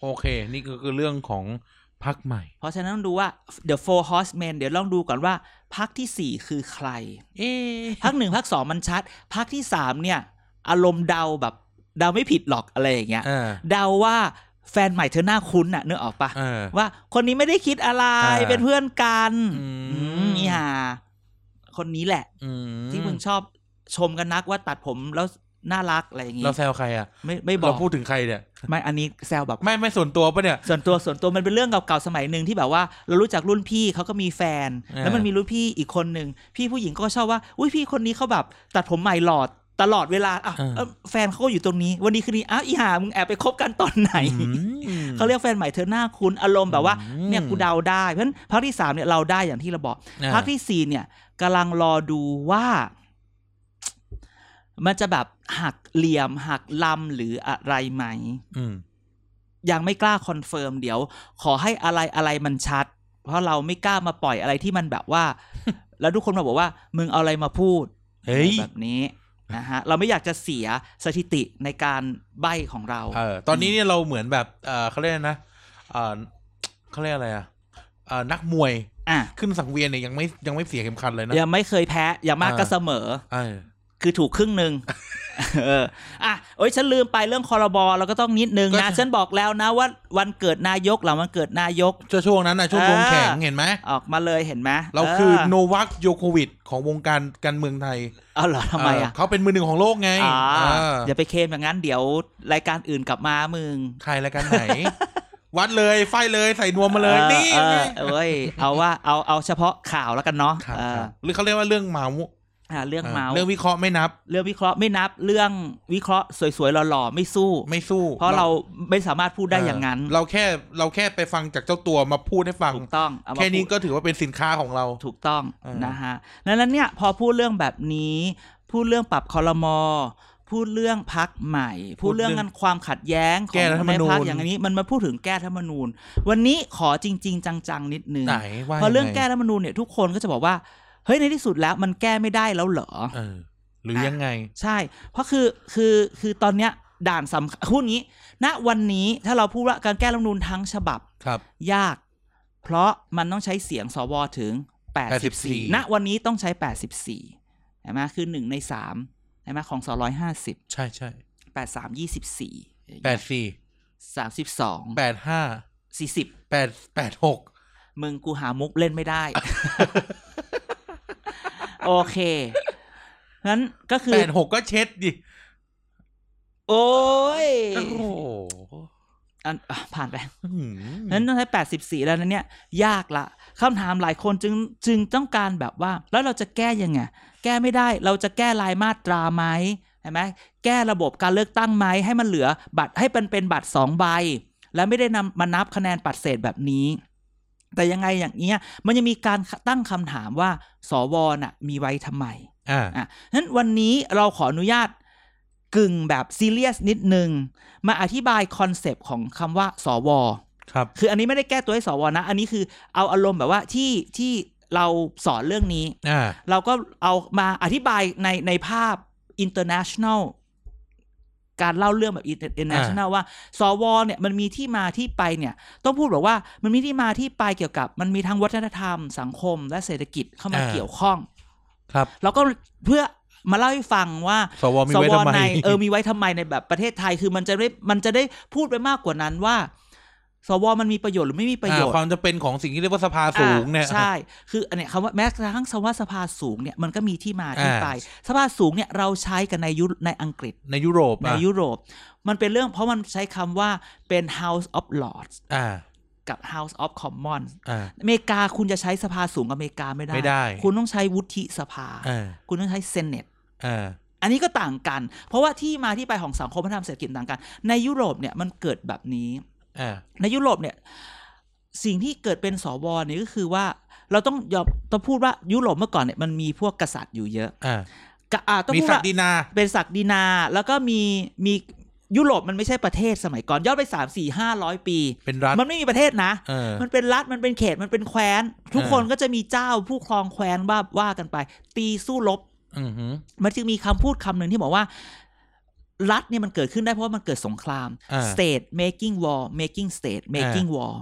[SPEAKER 2] โอเค นี่ก็คือเรื่องของ พักใหม่
[SPEAKER 1] เพราะฉะนั้นต้องดูว่า The Four Horsemen เดี๋ยวลองดูก่อนว่าพักที่สี่คือใคร
[SPEAKER 2] เอ๊ะ
[SPEAKER 1] พักหนึ่งพักสองมันชัดพักที่สามเนี่ย อารมณ์เดาแบบเดาไม่ผิดหรอกอะไรอย่างเงี้ย
[SPEAKER 2] อ่า
[SPEAKER 1] เดาว่าแฟนใหม่เธอหน้าคุ้นน่ะนึกออกปะ
[SPEAKER 2] อ่า
[SPEAKER 1] ว่าคนนี้ไม่ได้คิดอะไร
[SPEAKER 2] อ่า
[SPEAKER 1] เป็นเพื่อนกัน
[SPEAKER 2] อืม
[SPEAKER 1] อืมนี่ห่าคนนี้แหละ
[SPEAKER 2] อืม
[SPEAKER 1] ที่มึงชอบชมกันนักว่าตัดผมแล้วน่ารักอะไรอย่างงี้
[SPEAKER 2] เราแซวใครอ่ะ
[SPEAKER 1] ไม่ไม่บอ
[SPEAKER 2] เรา
[SPEAKER 1] ก
[SPEAKER 2] พูดถึงใครเนี่ย
[SPEAKER 1] ไม่อันนี้แซวแบบ
[SPEAKER 2] ไม่ไม่ส่วนตัวปะเนี่ย
[SPEAKER 1] ส่วนตัวส่วนตัวมันเป็นเรื่องเก่าๆสมัยหนึ่งที่แบบว่าเรารู้จักรุ่นพี่เขาก็มีแฟน
[SPEAKER 2] อ่า
[SPEAKER 1] แล้วมันมีรุ่นพี่อีกคนหนึ่งพี่ผู้หญิงก็ชอบว่า อุ้ยพี่คนนี้เขาแบบตัดผมใหม่หลอดตลอดเวลาอ่ะเอ้าแฟนเขาก็อยู่ตรงนี้ วันนี้คืนนี้อ้าวอีหามึงแอบไปคบกันตอนไหน
[SPEAKER 2] อืม
[SPEAKER 1] เขาเรียกแฟนใหม่เธอหน้าคุณอารมณ์แบบว่า
[SPEAKER 2] อืม
[SPEAKER 1] เนี่ยกูเดาได้เพราะฉะนั้นภาคที่สามเนี่ยเราได้อย่างที่เราบอก
[SPEAKER 2] อ่า
[SPEAKER 1] ภาคที่สี่เนี่ยกำลังรอดูว่า มันจะแบบหักเหลี่ยมหักลำหรืออะไรไหม
[SPEAKER 2] อืม
[SPEAKER 1] ยังไม่กล้าคอนเฟิร์มเดี๋ยว ขอให้อะไรอะไรมันชัด เพราะเราไม่กล้ามาปล่อยอะไรที่มันแบบว่า [LAUGHS] แล้วทุกคนมาบอกว่า มึงเอาอะไรมาพูด
[SPEAKER 2] เฮ้ย
[SPEAKER 1] แบบนี้นะฮะเราไม่อยากจะเสียสถิติในการใบของเรา
[SPEAKER 2] เออตอนนี้เนี่ยเราเหมือนแบบเออเขาเรียกนะเออเขาเรียกอะไรอ่ะเออนักมวย
[SPEAKER 1] อ่ะ
[SPEAKER 2] ขึ้นสังเวียนเนี่ยยังไม่ยังไม่เสียเข็มขัดเลยนะ
[SPEAKER 1] ยังไม่เคยแพ้อย่างมาก
[SPEAKER 2] อ่า
[SPEAKER 1] ก็เสมอ
[SPEAKER 2] เออ
[SPEAKER 1] คือถูกครึ่งหนึ่ง [LAUGHS] เออ อ่ะ โอ้ยฉันลืมไปเรื่องคอรบอเราก็ต้องนิดนึง
[SPEAKER 2] ก็
[SPEAKER 1] นะ ฉันบอกแล้วนะว่าวันเกิดนายกหลังวันเกิดนายก
[SPEAKER 2] ช่วงนั้นนะช่วงลง
[SPEAKER 1] อ่า
[SPEAKER 2] แข่งเห็นไหม
[SPEAKER 1] ออกมาเลยเห็นไหม
[SPEAKER 2] เราคือ
[SPEAKER 1] เ
[SPEAKER 2] โนวัคโยโควิดของวงการการเมืองไทย
[SPEAKER 1] เอาเหรอทำไมอ่ะ
[SPEAKER 2] เเขาเป็นมือหนึ่งของโลกไง
[SPEAKER 1] อ่า
[SPEAKER 2] เออ
[SPEAKER 1] อย่าไปเคลมอย่างนั้นเดี๋ยวรายการอื่นกลับมามึง
[SPEAKER 2] ใครรายการไหน [LAUGHS] วัดเลยไฟเลยใส่นวมมาเลย
[SPEAKER 1] ออ
[SPEAKER 2] นี่
[SPEAKER 1] เอ
[SPEAKER 2] ไง
[SPEAKER 1] อเอ้ยเอาว่าเอาเอาเฉพาะข่าวแล้วกันเนาะ
[SPEAKER 2] ครับ
[SPEAKER 1] เอ
[SPEAKER 2] ค
[SPEAKER 1] อ
[SPEAKER 2] รับหรือเขาเรียกว่าเรื่องเมาส์
[SPEAKER 1] อ่าเรื่องเมาส์
[SPEAKER 2] เรื่องวิเคราะห์ไม่นับ
[SPEAKER 1] เรื่องวิเคราะห์ไม่นับเรื่องวิเคราะห์สวยๆหล่อๆไม่สู้
[SPEAKER 2] ไม่สู้
[SPEAKER 1] เพราะเราไม่สามารถพูดได้อย่างนั้น
[SPEAKER 2] เราแค่เราแค่ไปฟังจากเจ้าตัวมาพูดให้ฟัง
[SPEAKER 1] ถูกต้องเอามา
[SPEAKER 2] แค่นี้
[SPEAKER 1] พูด
[SPEAKER 2] ก็ถือว่าเป็นสินค้าของเรา
[SPEAKER 1] ถูกต้อง
[SPEAKER 2] เออ
[SPEAKER 1] นะฮะดังนั้นเนี่ยพอพูดเรื่องแบบนี้ พูดเรื่องปรับคอรมอ พูดเรื่องพักใหม่ พูดเรื่องกันความขัดแย้งขอ
[SPEAKER 2] แก้
[SPEAKER 1] ง
[SPEAKER 2] รัฐธรรม
[SPEAKER 1] ใน
[SPEAKER 2] นูญ
[SPEAKER 1] พักอย่างนี้มันมาพูดถึงแก้รัฐธรรมนูญ วันนี้ขอจริง ๆ จังๆนิดนึง
[SPEAKER 2] ไหนว่า
[SPEAKER 1] เพราะเรื่อง
[SPEAKER 2] ยัไ
[SPEAKER 1] แก้รัฐธรรมนูญเนี่ยทุกคนก็จะบอกว่าเฮ้ยในที่สุดแล้วมันแก้ไม่ได้แล้วเหรอ
[SPEAKER 2] เออ หรือยังไง
[SPEAKER 1] ใช่ เพราะคือคือคือตอนเนี้ยด่านสำคัญพูดงี้ณวันนี้ถ้าเราพูดว่าการแก้รัฐธรรมนูญทั้งฉบับ
[SPEAKER 2] ครับ
[SPEAKER 1] ยาก เพราะมันต้องใช้เสียงสวถึง
[SPEAKER 2] 84
[SPEAKER 1] 84ณวันนี้ต้องใช้ 84ใช่ไหมคือหนึ่งในสามใช่ไหมของ 250
[SPEAKER 2] ใช่ใช่
[SPEAKER 1] 83 24
[SPEAKER 2] แปดสี่
[SPEAKER 1] 32
[SPEAKER 2] แปดห้า
[SPEAKER 1] 40
[SPEAKER 2] แปดแปดหก
[SPEAKER 1] มึงกูหามุกเล่นไม่
[SPEAKER 2] [LAUGHS]
[SPEAKER 1] ได้ โอเค งั้นก็คื
[SPEAKER 2] แป
[SPEAKER 1] อ
[SPEAKER 2] ดหกก็เช็ดดิ
[SPEAKER 1] โอ้ย
[SPEAKER 2] โอ้โห
[SPEAKER 1] อันอ่ะผ่านไป
[SPEAKER 2] อื้อหือ
[SPEAKER 1] นั้นต้องใช้ 84 แล้วนะเนี่ย ยากละคำถามหลายคนจึงจึงต้องการแบบว่า แล้วเราจะแก้ยังไง แก้ไม่ได้ เราจะแก้รายมาตราไหมใช่ไหมแก้ระบบการเลือกตั้งไหม ให้มันเหลือบัตรให้มันเป็นบัตรสองใบ และไม่ได้นำมานับคะแนนปัดเศษแบบนี้ แต่ยังไงอย่างเงี้ย มันยังมีการตั้งคำถามว่า สวน่ะ มีไว้ทำไม
[SPEAKER 2] อ่า
[SPEAKER 1] อ่ะนั้นวันนี้เราขออนุญาตกึ่งแบบซีเรียสนิดนึง มาอธิบายคอนเซปต์ของคำว่า สว
[SPEAKER 2] ครับ
[SPEAKER 1] คืออันนี้ไม่ได้แก้ตัวให้สวนะ อันนี้คือเอาอารมณ์แบบว่าที่ที่เราสอนเรื่องนี้
[SPEAKER 2] อ่า
[SPEAKER 1] เราก็เอามาอธิบายในในภาพ international การเล่าเรื่องแบบ international ว่า สวเนี่ยมันมีที่มาที่ไปเนี่ย ต้องพูดบอกว่ามันมีที่มาที่ไปเกี่ยวกับ มันมีทั้งวัฒนธรรม สังคม และเศรษฐกิจเข้ามา
[SPEAKER 2] อ่า
[SPEAKER 1] เกี่ยวข้อง
[SPEAKER 2] ครับ
[SPEAKER 1] เราก็เพื่อมาเล่าให้ฟังว่า
[SPEAKER 2] สวมีไว้ทำไม
[SPEAKER 1] ในเออมีไว้ทำไมในแบบประเทศไทยคือมันจะได้มันจะได้พูดไปมากกว่านั้นว่า สวมันมีประโยชน์หรือไม่มีประโยช
[SPEAKER 2] อ่า
[SPEAKER 1] น์
[SPEAKER 2] ความจะเป็นของสิ่งที่เรียกว่าสภาสูงเนี่ย
[SPEAKER 1] อ่าใช่ คืออันเนี้ยคำว่าแม้กระทั่งคำว่าสภาสูงเนี่ยมันก็มีที่มาที่
[SPEAKER 2] อ่า
[SPEAKER 1] ไป สภาสูงเนี่ยเราใช้กันในยุโรในอังกฤษ
[SPEAKER 2] ในยุโรป
[SPEAKER 1] ใน
[SPEAKER 2] อ่ะ
[SPEAKER 1] ยุโรป มันเป็นเรื่องเพราะมันใช้คำว่าเป็น House of Lords
[SPEAKER 2] อ่า
[SPEAKER 1] กับ House of Commons
[SPEAKER 2] อ่า
[SPEAKER 1] อเมริกาคุณจะใช้สภาสูงกับอเมริกาไม่ได้
[SPEAKER 2] ไม่ได้
[SPEAKER 1] คุณต้องใช้วุฒิสภา
[SPEAKER 2] อ่า
[SPEAKER 1] คุณต้องใช้เซเนต
[SPEAKER 2] อ่า
[SPEAKER 1] อันนี้ก็ต่างกัน เพราะว่าที่มาที่ไปของสังคมพัฒนธรรมเศรษฐกิจต่างกัน ในยุโรปเนี่ยมันเกิดแบบนี้
[SPEAKER 2] อ่า
[SPEAKER 1] ในยุโรปเนี่ยสิ่งที่เกิดเป็นสวเนี่ยก็คือว่าเราต้องยอมต้องพูดว่ายุโรปเมื่อก่อนเนี่ยมันมีพวกกษัตริย์อยู่เยอะ
[SPEAKER 2] อ่า
[SPEAKER 1] กะอ่าต้อง
[SPEAKER 2] มี
[SPEAKER 1] พูด
[SPEAKER 2] ศัก
[SPEAKER 1] ว่า
[SPEAKER 2] ดินา
[SPEAKER 1] เป็นศักดินาแล้วก็มีมียุโรปมันไม่ใช่ประเทศสมัยก่อนย้อนไปสามสี่ห้าร้อยปี
[SPEAKER 2] เป็นรัฐ
[SPEAKER 1] มันไม่มีประเทศนะ
[SPEAKER 2] เออ
[SPEAKER 1] มันเป็นรัฐมันเป็นเขตมันเป็นแคว้น ทุก
[SPEAKER 2] เออ
[SPEAKER 1] คนก็จะมีเจ้าผู้ครองแคว้นว่าว่ากันไป ตีสู้รบ
[SPEAKER 2] อือหือ
[SPEAKER 1] มันจึงมีคำพูดคำหนึ่งที่บอกว่า รัฐเนี่ยมันเกิดขึ้นได้เพราะว่ามันเกิดสงคราม
[SPEAKER 2] อ่า
[SPEAKER 1] state making war making state making war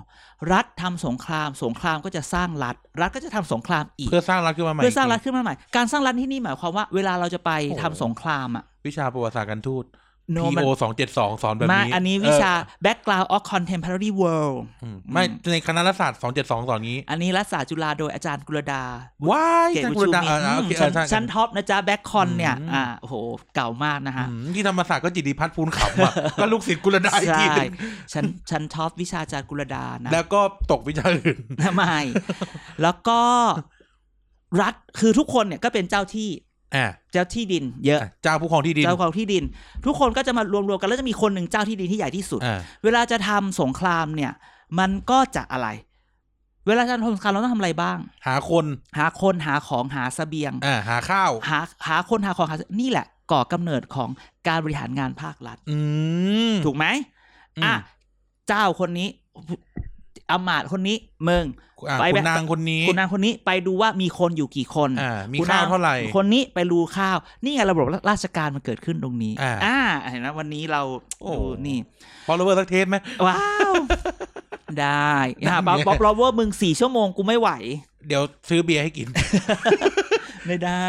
[SPEAKER 1] รัฐทำสงคราม สงครามก็จะสร้างรัฐ รัฐก็จะทำสงครามอีก
[SPEAKER 2] เพื่อสร้างรัฐขึ้นมาใหม่
[SPEAKER 1] เพื่อสร้างรัฐ
[SPEAKER 2] ก
[SPEAKER 1] ขึ้นมาใหม่ การสร้างรัฐที่นี่หมายความว่าเวลาเราจะไป
[SPEAKER 2] โอ้โห
[SPEAKER 1] ทำสงครามอะ
[SPEAKER 2] วิชาประวัติศาสตร์การทูต
[SPEAKER 1] โน
[SPEAKER 2] P.O.
[SPEAKER 1] มัน
[SPEAKER 2] สองเจ็ดสองสอนแบบ
[SPEAKER 1] ไมา
[SPEAKER 2] นี้
[SPEAKER 1] อันนี้วิชา
[SPEAKER 2] เอ
[SPEAKER 1] background of contemporary world
[SPEAKER 2] ออืมไม่ในคณะรัฐศาสตร์สองเจ็ดสองสอนงี้
[SPEAKER 1] อันนี้รัฐศาสตร์จุฬาโดยอาจารย์กุลดา
[SPEAKER 2] ว้าย
[SPEAKER 1] เกรด
[SPEAKER 2] จัง
[SPEAKER 1] อุ
[SPEAKER 2] กุล
[SPEAKER 1] ชู
[SPEAKER 2] ดา
[SPEAKER 1] มิ
[SPEAKER 2] เออเออโอเคเอ
[SPEAKER 1] ชั้
[SPEAKER 2] อนใช่
[SPEAKER 1] ชั้นท็อปนะจ๊ะแบ็คคอนเนี่ย
[SPEAKER 2] อืม
[SPEAKER 1] อ่าโอ้โหเก่ามากนะฮะ
[SPEAKER 2] อืมที่ธรรมศาสตร์ก็จิตติพัฒน์ภูนขำอะ
[SPEAKER 1] [LAUGHS]
[SPEAKER 2] ก็ลูกศิษย์กุลดาอีก
[SPEAKER 1] ใช่
[SPEAKER 2] ทีหนึ่ง
[SPEAKER 1] ชั้นชั้นท็อปวิชาอาจารย์กุลดานะ
[SPEAKER 2] แล้วก็ตกวิชาอื่น
[SPEAKER 1] ไม่ แล้วก็รัฐคือทุกคนเนี่ยก็เป็นเจ้าที่
[SPEAKER 2] อ่ะ
[SPEAKER 1] เจ้าที่ดิน เยอะ
[SPEAKER 2] อ่ะเจ้าผู้ครองที่ดิน
[SPEAKER 1] เจ้าของที่ดิน ทุกคนก็จะมารวมๆกันแล้วจะมีคนหนึ่งเจ้าที่ดินที่ใหญ่ที่สุด
[SPEAKER 2] อ่ะ
[SPEAKER 1] เวลาจะทำสงครามเนี่ย มันก็จะอะไร เวลาจะทำสงครามเราต้องทำอะไรบ้าง
[SPEAKER 2] หาคน
[SPEAKER 1] หาคนหาของหาเสบียง
[SPEAKER 2] อ่ะหาข้าว
[SPEAKER 1] หาหาคนหาของหานี่แหละ ก่อกำเนิดของการบริหารงานภาครัฐ
[SPEAKER 2] อืม
[SPEAKER 1] ถูกไหม
[SPEAKER 2] อืม
[SPEAKER 1] อ่ะเจ้าคนนี้อำมาตย์คนนี้เมือง
[SPEAKER 2] อ่ะ
[SPEAKER 1] ไปแบบ
[SPEAKER 2] คุณนางคนนี้
[SPEAKER 1] คุณนางคนนี้ไปดูว่ามีคนอยู่กี่คน
[SPEAKER 2] อ่ามี
[SPEAKER 1] คุณน
[SPEAKER 2] ข้าง วเท่าไหร่
[SPEAKER 1] คนนี้ไปรูข้าว นี่ไงระบบราชการมันเกิดขึ้นตรงนี้
[SPEAKER 2] อ่า
[SPEAKER 1] เห็นไหมวันนี้เรา
[SPEAKER 2] โอ้
[SPEAKER 1] ดูนี่
[SPEAKER 2] พอลเวอร์สักเทสไหม
[SPEAKER 1] ว้าว ได้นะ
[SPEAKER 2] ได้
[SPEAKER 1] บ๊อบบ๊อบรอเวอร์มึงสี่ชั่วโมงกูไม่ไหว
[SPEAKER 2] เดี๋ยวซื้อเบียร์ให้กิน
[SPEAKER 1] ไม่ได้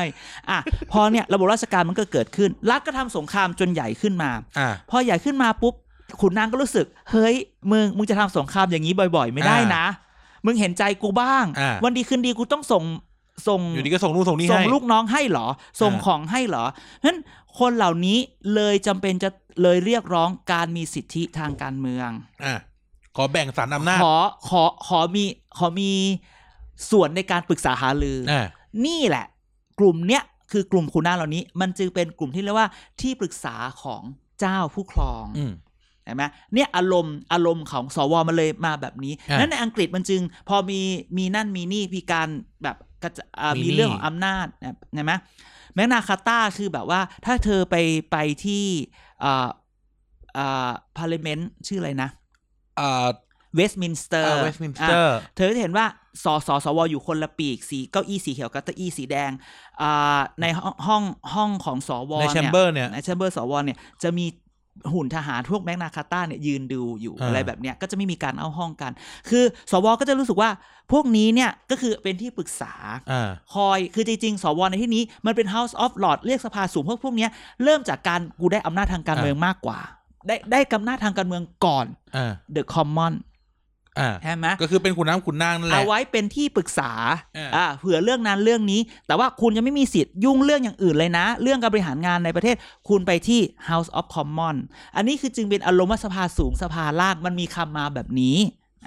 [SPEAKER 1] อ่ะพอเนี่ยระบบราชการมันก็เกิดขึ้น รัฐก็ทำสงครามจนใหญ่ขึ้นมา
[SPEAKER 2] อ่ะ
[SPEAKER 1] พอใหญ่ขึ้นมาปุ๊บขุนนางก็รู้สึก เฮ้ย มึงมึงจะทำสงครามอย่างนี้บ่อย ๆ ไม่ได้นะ มึงเห็นใจกูบ้าง
[SPEAKER 2] อ่า
[SPEAKER 1] วันดีคืนดีกูต้องส่งส่ง
[SPEAKER 2] อยู่ดีก็ส่งลูกส่งนี่
[SPEAKER 1] ส่ง
[SPEAKER 2] ให้
[SPEAKER 1] ลูกน้องให้เหรอ ส่ง
[SPEAKER 2] อ่า
[SPEAKER 1] ของให้เหรอฉะนั้นคนเหล่านี้เลยจำเป็นจะเลยเรียกร้องการมีสิทธิทางการเมือง
[SPEAKER 2] อ่ะขอแบ่งสารอำนาจ
[SPEAKER 1] ขอขอขอมีขอมีส่วนในการปรึกษาหารืออ
[SPEAKER 2] อ่ะ
[SPEAKER 1] นี่แหละ กลุ่มเนี้ยคือกลุ่มคุณนางเหล่านี้ มันจึงเป็นกลุ่มที่เรียกว่าที่ปรึกษาของเจ้าผู้ครอง
[SPEAKER 2] อืม
[SPEAKER 1] ใช่ไหมเนี่ยอารมณ์อารมณ์ของสวมันเลยมาแบบนี้
[SPEAKER 2] อ่ะ
[SPEAKER 1] นั้นในอังกฤษมันจึง พอมีมีนั่นมีนี่มีการแบบกระจะอ่า
[SPEAKER 2] มี
[SPEAKER 1] มี
[SPEAKER 2] นี่
[SPEAKER 1] เรื่องของอำนาจนะใช่ไหมแมกนาคาตาคือแบบว่า ถ้าเธอไปไปที่อ่าอ่าพาร์เลเมนต์ชื่ออะไรนะ
[SPEAKER 2] อ่า
[SPEAKER 1] เวสต์มินสเตอร์
[SPEAKER 2] เวสต์มินสเตอร์
[SPEAKER 1] เธอจะเห็นว่าสสสวอยู่คนละปีกสีเก้าอี้สีเขียวกับเก้าอี้สีแดงอ่าในห้องห้องห้องของสว
[SPEAKER 2] ในแชมเบอร์เนี่ย
[SPEAKER 1] ในแชมเบอร์สวเนี่ยจะมีหุ่นทหารพวกแมกนาคาต้าเนี่ยยืนดูอยู่
[SPEAKER 2] อ่า
[SPEAKER 1] อะไรแบบเนี้ยก็จะไม่มีการเอาห้องกัน คือสวก็จะรู้สึกว่าพวกนี้เนี่ยก็คือเป็นที่ปรึกษา
[SPEAKER 2] อ่า
[SPEAKER 1] คอยคือจริงๆ สวในที่นี้มันเป็น House of Lords เรียกสภาสูงพวกพวกเนี้ยเริ่มจากการกูได้อำนาจทางการ
[SPEAKER 2] อ่า
[SPEAKER 1] เมืองมากกว่า ได้ได้อำนาจทางการเมืองก่อน
[SPEAKER 2] อ่า
[SPEAKER 1] The Common
[SPEAKER 2] อ่า
[SPEAKER 1] ใช่ไหม
[SPEAKER 2] ก็คือเป็นขุนน้ำขุนนางนั่นแห
[SPEAKER 1] เอา
[SPEAKER 2] ละ
[SPEAKER 1] ไว้เป็นที่ปรึกษา
[SPEAKER 2] เอออ่
[SPEAKER 1] ่าเผื่อเรื่องนั้นเรื่องนี้ แต่ว่าคุณยังไม่มีสิทธิ์ยุ่งเรื่องอย่างอื่นเลยนะ เรื่องการบริหารงานในประเทศ คุณไปที่ House of Commons อันนี้คือจึงเป็นอารมณ์ว่าสภาสูงสภาล่างมันมีคำมาแบบนี้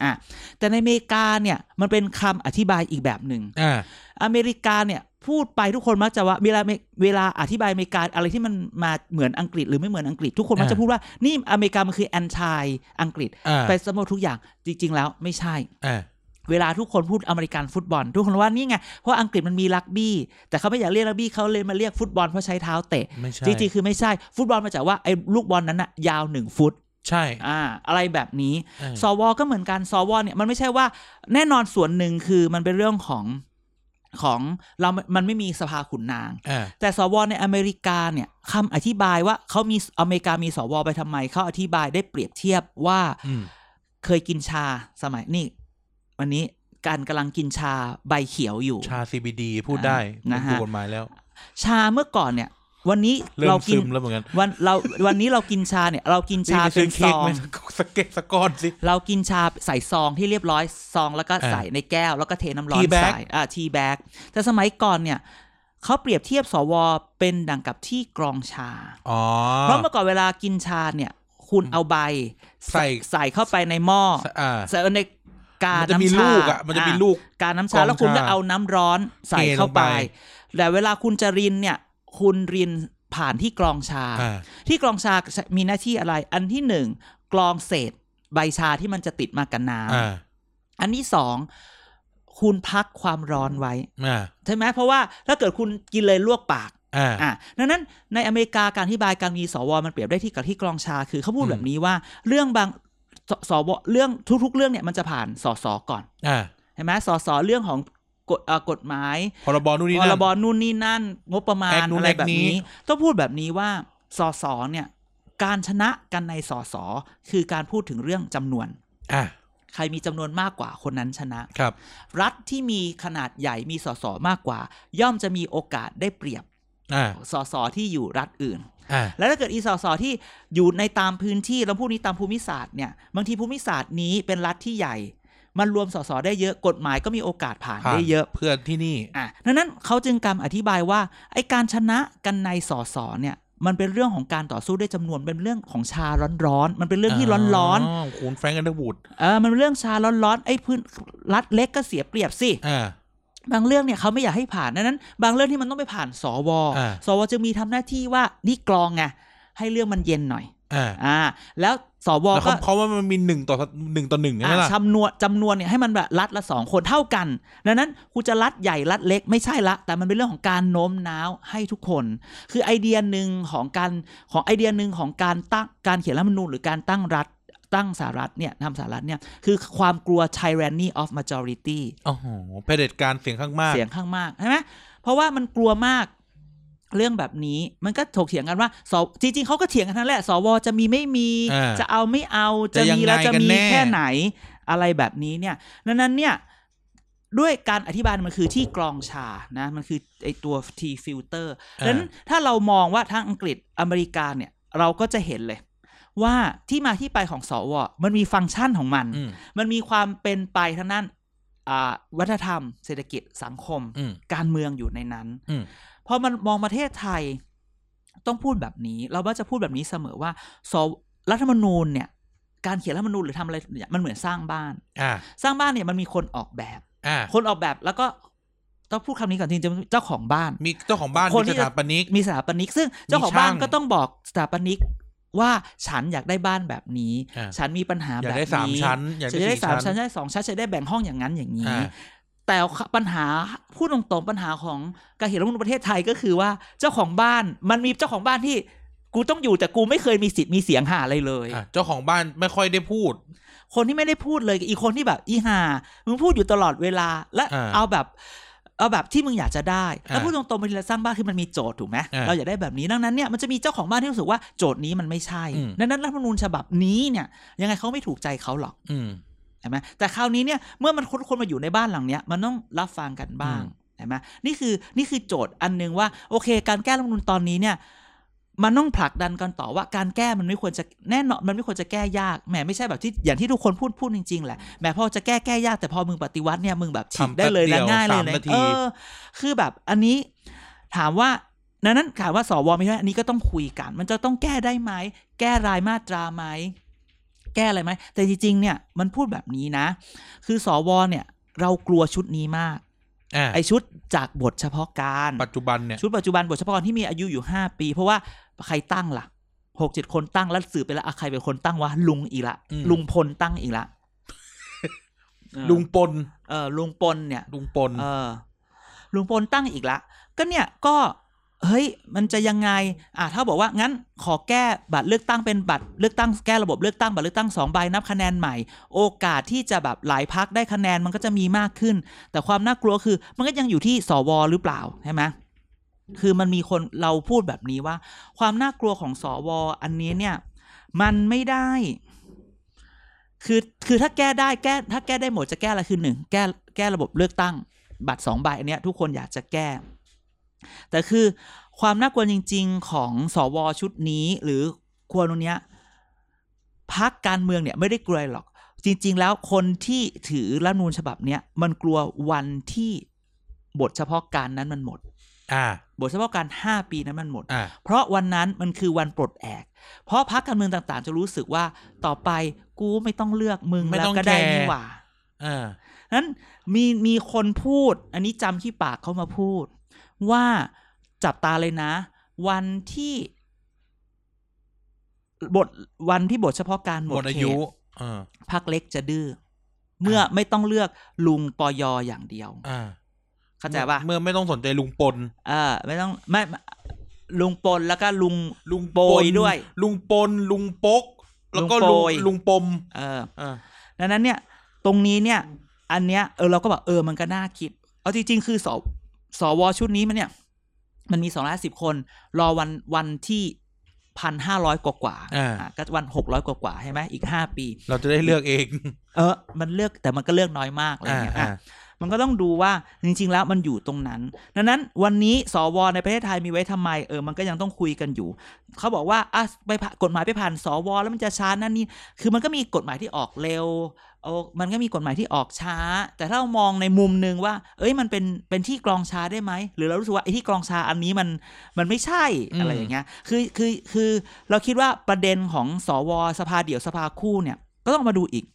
[SPEAKER 1] อ่ะแต่ในอเมริกาเนี่ยมันเป็นคำอธิบายอีกแบบหนึ่ง
[SPEAKER 2] อ่า
[SPEAKER 1] อเมริกาเนี่ยพูดไปทุกคนมักจะว่าเวลาเวลาอธิบายอเมริกาอะไรที่มันมาเหมือนอังกฤษหรือไม่เหมือนอังกฤษ ทุกคนมักจะพูดว่านี่อเมริกามันคือแอนชายอังกฤษ
[SPEAKER 2] อ่า
[SPEAKER 1] ไปสมมติทุกอย่างจริง ๆ แล้วไม่ใช่
[SPEAKER 2] อ่า
[SPEAKER 1] เวลาทุกคนพูดอเมริกันฟุตบอล ทุกคนว่านี่ไง เพราะอังกฤษมันมีรักบี้ แต่เขาไม่อยากเรียกรักบี้เขาเลยมาเรียกฟุตบอลเพราะใช้เท้าเตะ
[SPEAKER 2] ไม่ใช่
[SPEAKER 1] จริงๆคือไม่ใช่ฟุตบอลมาจากว่าไอ้ลูกบอลนั้นน่ะยาวหนึ่งฟุต
[SPEAKER 2] ใช่
[SPEAKER 1] อ่าอะไรแบบนี้
[SPEAKER 2] เออ
[SPEAKER 1] สวก็เหมือนกันสวเนี่ยมันไม่ใช่ว่าแน่นอนส่วนหนึ่งคือมันเป็นเรื่องของของเรามันไม่มีสภาขุนนาง
[SPEAKER 2] อ่า
[SPEAKER 1] แต่สวในอเมริกาเนี่ยคำอธิบายว่าเขามีอเมริกามีสวไปทำไมเขาอธิบายได้เปรียบเทียบว่า
[SPEAKER 2] อืม
[SPEAKER 1] เคยกินชาสมัยนี่วันนี้การกำลังกินชาใบเขียวอยู่
[SPEAKER 2] ชา CBD พูดได้
[SPEAKER 1] อ่านะฮะ
[SPEAKER 2] ถูกกฎหมายแล้ว
[SPEAKER 1] ชาเมื่อก่อนเนี่ย วันนี้
[SPEAKER 2] เริ่
[SPEAKER 1] เรา
[SPEAKER 2] ม
[SPEAKER 1] กิ
[SPEAKER 2] ซึ
[SPEAKER 1] น
[SPEAKER 2] มแล้วเหมือนกัน
[SPEAKER 1] วันเราวันนี้เรากินชาเนี่ย เรากินชา
[SPEAKER 2] นี่ไป [LAUGHS]
[SPEAKER 1] เป็
[SPEAKER 2] ซื้
[SPEAKER 1] น
[SPEAKER 2] อ
[SPEAKER 1] ซ
[SPEAKER 2] เค้ก
[SPEAKER 1] อง
[SPEAKER 2] ไหมสกเก็ตสกก้อนสิ
[SPEAKER 1] เรากินชาใส่ซองที่เรียบร้อยซองแล้วก็
[SPEAKER 2] อ่า
[SPEAKER 1] ใส่ในแก้ว แล้วก็เทน้ำร้อน
[SPEAKER 2] tea bag
[SPEAKER 1] ใส่อ่าทีแบกแต่สมัยก่อนเนี่ยเขาเปรียบเทียบสวเป็นดังกับที่กรองชา
[SPEAKER 2] อ๋อ
[SPEAKER 1] เพราะเมื่อก่อนเวลากินชาเนี่ย คุณเอาใบ
[SPEAKER 2] ใส่
[SPEAKER 1] ใส่เข้าไปในหม้อ
[SPEAKER 2] อ่า
[SPEAKER 1] ใส่ในกา
[SPEAKER 2] มันจะมี
[SPEAKER 1] น้ำชา
[SPEAKER 2] ลูกอ่ะ มันจะมี
[SPEAKER 1] อ่า
[SPEAKER 2] ลูก
[SPEAKER 1] การน้ำ
[SPEAKER 2] กร
[SPEAKER 1] ชา
[SPEAKER 2] อง
[SPEAKER 1] แล้วคุณก็
[SPEAKER 2] ชา
[SPEAKER 1] เอาน้ำร้อนใส่
[SPEAKER 2] เทลง
[SPEAKER 1] เข้าไป
[SPEAKER 2] ไป
[SPEAKER 1] แต่เวลาคุณจะรินเนี่ย คุณรินผ่านที่กรองชา
[SPEAKER 2] อ่า
[SPEAKER 1] ที่กรองชามีหน้าที่อะไร อันที่หนึ่งกรองเศษใบชาที่มันจะติดมากับน้
[SPEAKER 2] อ่า
[SPEAKER 1] ำอันที่สองคุณพักความร้อนไว้
[SPEAKER 2] อ่า
[SPEAKER 1] ใช่ไหมเพราะว่าถ้าเกิดคุณกินเลยลวกปาก
[SPEAKER 2] อ่า
[SPEAKER 1] อ่ะดังนั้นในอเมริกาการอธิบายการมีสวมันเปรียบได้ที่กับที่กรองชาคือเขาพูด
[SPEAKER 2] อืม
[SPEAKER 1] แบบนี้ว่า เรื่องบางสสวเรื่องทุก ๆ เรื่องเนี่ยมันจะผ่านสสก่อน
[SPEAKER 2] อ่า
[SPEAKER 1] เห็นไหมสสเรื่องของกฎเอ่อกฎหมาย
[SPEAKER 2] พรบนู่นนี่
[SPEAKER 1] พ
[SPEAKER 2] นั่น
[SPEAKER 1] รบนู่นนี่นั่น งบประมาณ
[SPEAKER 2] Act นู่น
[SPEAKER 1] อะไร
[SPEAKER 2] Act
[SPEAKER 1] แบบ
[SPEAKER 2] นี้
[SPEAKER 1] นี้ ต้องพูดแบบนี้ว่าสสเนี่ย การชนะกันในสสคือการพูดถึงเรื่องจำนวน
[SPEAKER 2] อ่ะ
[SPEAKER 1] ใครมีจำนวนมากกว่าคนนั้นชนะ
[SPEAKER 2] ครับ
[SPEAKER 1] รัฐที่มีขนาดใหญ่มีสสมากกว่า ย่อมจะมีโอกาสได้เปรียบ
[SPEAKER 2] อ่ะ
[SPEAKER 1] สสที่อยู่รัฐอื่น
[SPEAKER 2] อ่ะ
[SPEAKER 1] แล้วถ้าเกิดอีสสที่อยู่ในตามพื้นที่เราพูดนี้ตามภูมิศาสตร์เนี่ยบางทีภูมิศาสตร์นี้เป็นรัฐที่ใหญ่ มันรวมสสได้เยอะกฎหมายก็มีโอกาสผ่าน
[SPEAKER 2] ผ่าน
[SPEAKER 1] ได้เยอะ
[SPEAKER 2] เพื่อที่นี่
[SPEAKER 1] อ่ะดังนั้นเขาจึงกำอธิบายว่าไอ้การชนะกันในสอสอเนี่ยมันเป็นเรื่องของการต่อสู้ด้วยจำนวนเป็นเรื่องของชาร้อนๆมันเป็นเรื่องที่ร้อน
[SPEAKER 2] คุณแฟรงก์อันเดอร์วูด
[SPEAKER 1] ๆเออมันเป็นเรื่องชาร้อนๆไอ้พื้นรัฐเล็กก็เสียเปรียบสิ
[SPEAKER 2] อ่า
[SPEAKER 1] บางเรื่องเนี่ยเขาไม่อยากให้ผ่านดังนั้น บางเรื่องที่มันต้องไปผ่านสว
[SPEAKER 2] อ่า
[SPEAKER 1] สวจึงมีทำหน้าที่ว่านี่กรองไงให้เรื่องมันเย็นหน่อย
[SPEAKER 2] อ่า
[SPEAKER 1] อ่าแล้วสว
[SPEAKER 2] แล้ว
[SPEAKER 1] ก็
[SPEAKER 2] เขาเขาว่ามันมีหนึ่งต่อหนึ่งต่อหนึ่งใช่ไหมล่ะ
[SPEAKER 1] อ่าจำนวนจำนวนเนี่ยให้มันแบบรัฐละสองคนเท่ากันดังนั้นกูจะรัฐใหญ่รัฐเล็กไม่ใช่ละ แต่มันเป็นเรื่องของการโน้มน้าวให้ทุกคน คือไอเดียหนึ่งของการของไอเดียหนึ่งของการตั้งการเขียนรัฐธรรมนูญหรือการตั้งรัฐตั้งสหรัฐเนี่ยทำสหรัฐเนี่ยคือความกลัว tyranny of majority
[SPEAKER 2] โอ้โหเผด็จการเสียงข้างมาก
[SPEAKER 1] เสียงข้างมากใช่ไหมเพราะว่ามันกลัวมากเรื่องแบบนี้มันก็ถกเถียงกันว่าสวจริง ๆเขาก็เถียงกันทั้งนั้นแหละสวจะมีไม่มี
[SPEAKER 2] อ่า
[SPEAKER 1] จะเอาไม่เอาจะ
[SPEAKER 2] จะยัง
[SPEAKER 1] มีแล้ว
[SPEAKER 2] ไง
[SPEAKER 1] จะ
[SPEAKER 2] กัน
[SPEAKER 1] มี
[SPEAKER 2] แน่
[SPEAKER 1] แค่ไหนอะไรแบบนี้เนี่ยดังนั้นเนี่ยด้วยการอธิบายมันคือที่กรองชานะมันคือไอตัว T filter ดังนั้นถ้าเรามองว่าทั้งอังกฤษอเมริกาเนี่ยเราก็จะเห็นเลย ว่าที่มาที่ไปของสวมันมีฟังก์ชันของมัน
[SPEAKER 2] อืม
[SPEAKER 1] มันมีความเป็นไปทางด้านอ่าวัฒนธรรม เศรษฐกิจสังคม
[SPEAKER 2] อืม
[SPEAKER 1] การเมืองอยู่ในนั้น
[SPEAKER 2] อืม
[SPEAKER 1] พอมันมองประเทศไทยต้องพูดแบบนี้ เราว่าจะพูดแบบนี้เสมอว่าสวรัฐธรรมนูญเนี่ยการเขียนรัฐธรรมนูญหรือทำอะไรเนี่ยมันเหมือนสร้างบ้าน
[SPEAKER 2] อ่า
[SPEAKER 1] สร้างบ้านเนี่ยมันมีคนออกแบบ
[SPEAKER 2] อ่า
[SPEAKER 1] คนออกแบบแล้วก็ต้องพูดคำนี้ก่อนจริงจะเจ้าของบ้าน
[SPEAKER 2] มีเจ้าของบ้าน
[SPEAKER 1] คน
[SPEAKER 2] มี
[SPEAKER 1] ที่
[SPEAKER 2] สถาปนิก
[SPEAKER 1] มีสถาปนิกซึ่งเจ้าของบ้าน
[SPEAKER 2] ช่าง
[SPEAKER 1] ก็ต้องบอกสถาปนิกว่าฉันอยากได้บ้านแบบนี้
[SPEAKER 2] อ่า
[SPEAKER 1] ฉันมีปัญหา
[SPEAKER 2] อ
[SPEAKER 1] แบบนี้
[SPEAKER 2] ยากได้สามชั้น อยาก
[SPEAKER 1] จะได้
[SPEAKER 2] ได้
[SPEAKER 1] สาม
[SPEAKER 2] สี่
[SPEAKER 1] ชั้
[SPEAKER 2] ชั้
[SPEAKER 1] น
[SPEAKER 2] น
[SPEAKER 1] จะได้สองชั้นจะได้แบ่งห้องอย่างนั้นอย่างนี้
[SPEAKER 2] อ่า
[SPEAKER 1] แต่ปัญหาพูดตรงๆปัญหาของการเห็นรัฐธรรมนูญประเทศไทยก็คือว่าเจ้าของบ้านมันมีเจ้าของบ้านที่กูต้องอยู่แต่กูไม่เคยมีสิทธิ์มีเสียงหาอะไรเลย
[SPEAKER 2] อ่ะเจ้าของบ้านไม่ค่อยได้พูด
[SPEAKER 1] คนที่ไม่ได้พูดเลยกับอีกคนที่แบบอีหามึงพูดอยู่ตลอดเวลาและ
[SPEAKER 2] อ่า
[SPEAKER 1] เอาแบบเอาแบบที่มึงอยากจะได้แล้ว
[SPEAKER 2] อ่า
[SPEAKER 1] พูดตรงๆมันละสร้างบ้านคือมันมีโจทย์ถูกไหม
[SPEAKER 2] อ่า
[SPEAKER 1] เราอยากได้แบบนี้ดังนั้นเนี่ยมันจะมีเจ้าของบ้านที่รู้สึกว่าโจทย์นี้มันไม่ใช่
[SPEAKER 2] อืม
[SPEAKER 1] ดังนั้นรัฐธรรมนูญฉบับนี้เนี่ยยังไงเขาไม่ถูกใจเขาหรอก
[SPEAKER 2] อืม
[SPEAKER 1] ใช่ไหมแต่คราวนี้เนี่ยเมื่อมันคนคนมาอยู่ในบ้านหลังเนี้ยมันต้องรับฟังกันบ้าง
[SPEAKER 2] อืม
[SPEAKER 1] ใช่ไหมนี่คือนี่คือโจทย์อันหนึงว่าโอเค การแก้รัฐธรรมนูญตอนนี้เนี่ยมันต้องผลักดันกันต่อว่าการแก้มันไม่ควรจะแน่นอนมันไม่ควรจะแก้ยากแหมไม่ใช่แบบที่อย่างที่ทุกคนพูดพูดจริงๆแหละแหมพอจะแก้แก้ยากแต่พอมึงปฏิวัติเนี่ยมึงแบบฉีกได้เลยและง่ายเลยเลยเออคือแบบอันนี้ถามว่านั้นนั้นถามว่าสวมีเท่าไหร่อันนี้ก็ต้องคุยกัน มันจะต้องแก้ได้ไหมแก้รายมาตราไหม แก้อะไรไหม แต่จริงๆ เนี่ยมันพูดแบบนี้นะ คือสวเนี่ย เรากลัวชุดนี้มาก
[SPEAKER 2] อ่า
[SPEAKER 1] ไอชุดจากบทเฉพาะการ
[SPEAKER 2] ปัจจุบันเนี่ย
[SPEAKER 1] ชุดปัจจุบันบทเฉพาะการที่มีอายุอยู่ 5 ปี เพราะว่าใครตั้งละ่ะหกเจ็ดคนตั้งแล้วสืบไปแล้วอ่ะใครเป็นคนตั้งวะลุงอีกละ
[SPEAKER 2] อืม
[SPEAKER 1] ลุงพลตั้งอีกละ
[SPEAKER 2] [LAUGHS] ลุงปน
[SPEAKER 1] เออลุงปนเนี่ย
[SPEAKER 2] ลุงปน
[SPEAKER 1] เออลุงพลตั้งอีกละ ก็เนี่ยก็เฮ้ยมันจะยังไง อ่ะถ้าบอกว่างั้นขอแก้บัตรเลือกตั้งเป็นบัตรเลือกตั้งแก้ระบบเลือกตั้งบัตรเลือกตั้งสองใบนับคะแนนใหม่ โอกาสที่จะแบบหลายพักได้คะแนนมันก็จะมีมากขึ้น แต่ความน่ากลัวคือ มันก็ยังอยู่ที่สวหรือเปล่าใช่ไหมคือมันมีคนเราพูดแบบนี้ว่า ความน่ากลัวของสวอันนี้เนี่ย มันไม่ได้ คือคือถ้าแก้ได้แก้ ถ้าแก้ได้หมดจะแก้อะไรคือหนึ่งแก้แก้ระบบเลือกตั้ง บัตรสองใบอันเนี้ยทุกคนอยากจะแก้ แต่คือความน่ากลัวจริง ๆ ของสวชุดนี้ หรือครัวตรงเนี้ยพักการเมืองเนี่ยไม่ได้กลัวหรอก จริง ๆ แล้วคนที่ถือรัฐธรรมนูญฉบับเนี้ยมันกลัววันที่บทเฉพาะการนั้นมันหมด
[SPEAKER 2] อ่า
[SPEAKER 1] บทเฉพาะการห้าปีนั้นมันหมด
[SPEAKER 2] อ่า
[SPEAKER 1] เพราะวันนั้นมันคือวันปลดแอก เพราะพักการเมืองต่างๆ จะรู้สึกว่าต่อไปกูไม่ต้องเลือกมึง
[SPEAKER 2] ไม่
[SPEAKER 1] แล้ว
[SPEAKER 2] ต้อง
[SPEAKER 1] ก็ได้
[SPEAKER 2] แคร์
[SPEAKER 1] นี่หว่า
[SPEAKER 2] อ่า
[SPEAKER 1] นั้นมีมีคนพูด อันนี้จำที่ปากเขามาพูด ว่าจับตาเลยนะ วันที่บทวันที่บทเฉพาะการหม
[SPEAKER 2] หม
[SPEAKER 1] ด
[SPEAKER 2] ดอายุ
[SPEAKER 1] เขต
[SPEAKER 2] เออ
[SPEAKER 1] พักเล็กจะดื้อเมื่อไม่ต้องเลือกลุงปอยออย่างเดียว
[SPEAKER 2] อ่า
[SPEAKER 1] เข้าใจป่ะ
[SPEAKER 2] เมื่อไม่ต้องสนใจลุงปน
[SPEAKER 1] เออไม่ต้องไม่ไม่ลุงปนแล้วก็ลุง
[SPEAKER 2] ลุง
[SPEAKER 1] โปยด้วย
[SPEAKER 2] ลุงปนลุงปก แล้วก็
[SPEAKER 1] ลุ
[SPEAKER 2] ลุ
[SPEAKER 1] ง
[SPEAKER 2] ง
[SPEAKER 1] โปย
[SPEAKER 2] ลุงปม
[SPEAKER 1] เออ
[SPEAKER 2] อ่า
[SPEAKER 1] ดังนั้นเนี่ยตรงนี้เนี่ยอันเนี้ยเออเราก็แบบเออมันก็น่าคิด เอาจริงๆ คือสวสวชุดนี้มันเนี่ย มันมีสองร้อยสิบคน รอวันวันที่ พันห้าร้อยกว่ากว่าๆ
[SPEAKER 2] อ่า
[SPEAKER 1] อ่ะก็วันหกร้อยกว่ากว่าๆใช่ไหมอีกห้าปี
[SPEAKER 2] เราจะได้เลือกเอง
[SPEAKER 1] เออ มันเลือกแต่มันก็เลือกน้อยมากอะไรอย่างเงี้ย
[SPEAKER 2] อ่า
[SPEAKER 1] อ่ะมันก็ต้องดูว่าจริง ๆ แล้วมันอยู่ตรงนั้น ดังนั้นวันนี้สวในประเทศไทยมีไว้ทำไมเออมันก็ยังต้องคุยกันอยู่ เขาบอกว่าอ่ะไปผ่ากฎหมายไปผ่านสวแล้วมันจะช้านั่นนี่คือมันก็มีกฎหมายที่ออกเร็วโอ้มันก็มีกฎหมายที่ออกช้า แต่ถ้าเรามองในมุมหนึ่งว่า เอ้ยมันเป็นเป็นที่กรองช้าได้ไหมหรือเรารู้สึกว่าไอ้ที่กรองช้าอันนี้มันมันไม่ใช่อะไรอย่างเงี้ยคือคือคือเราคิดว่าประเด็นของสวสภาเดี่ยวสภาคู่เนี่ยก็ต้องมาดูอีก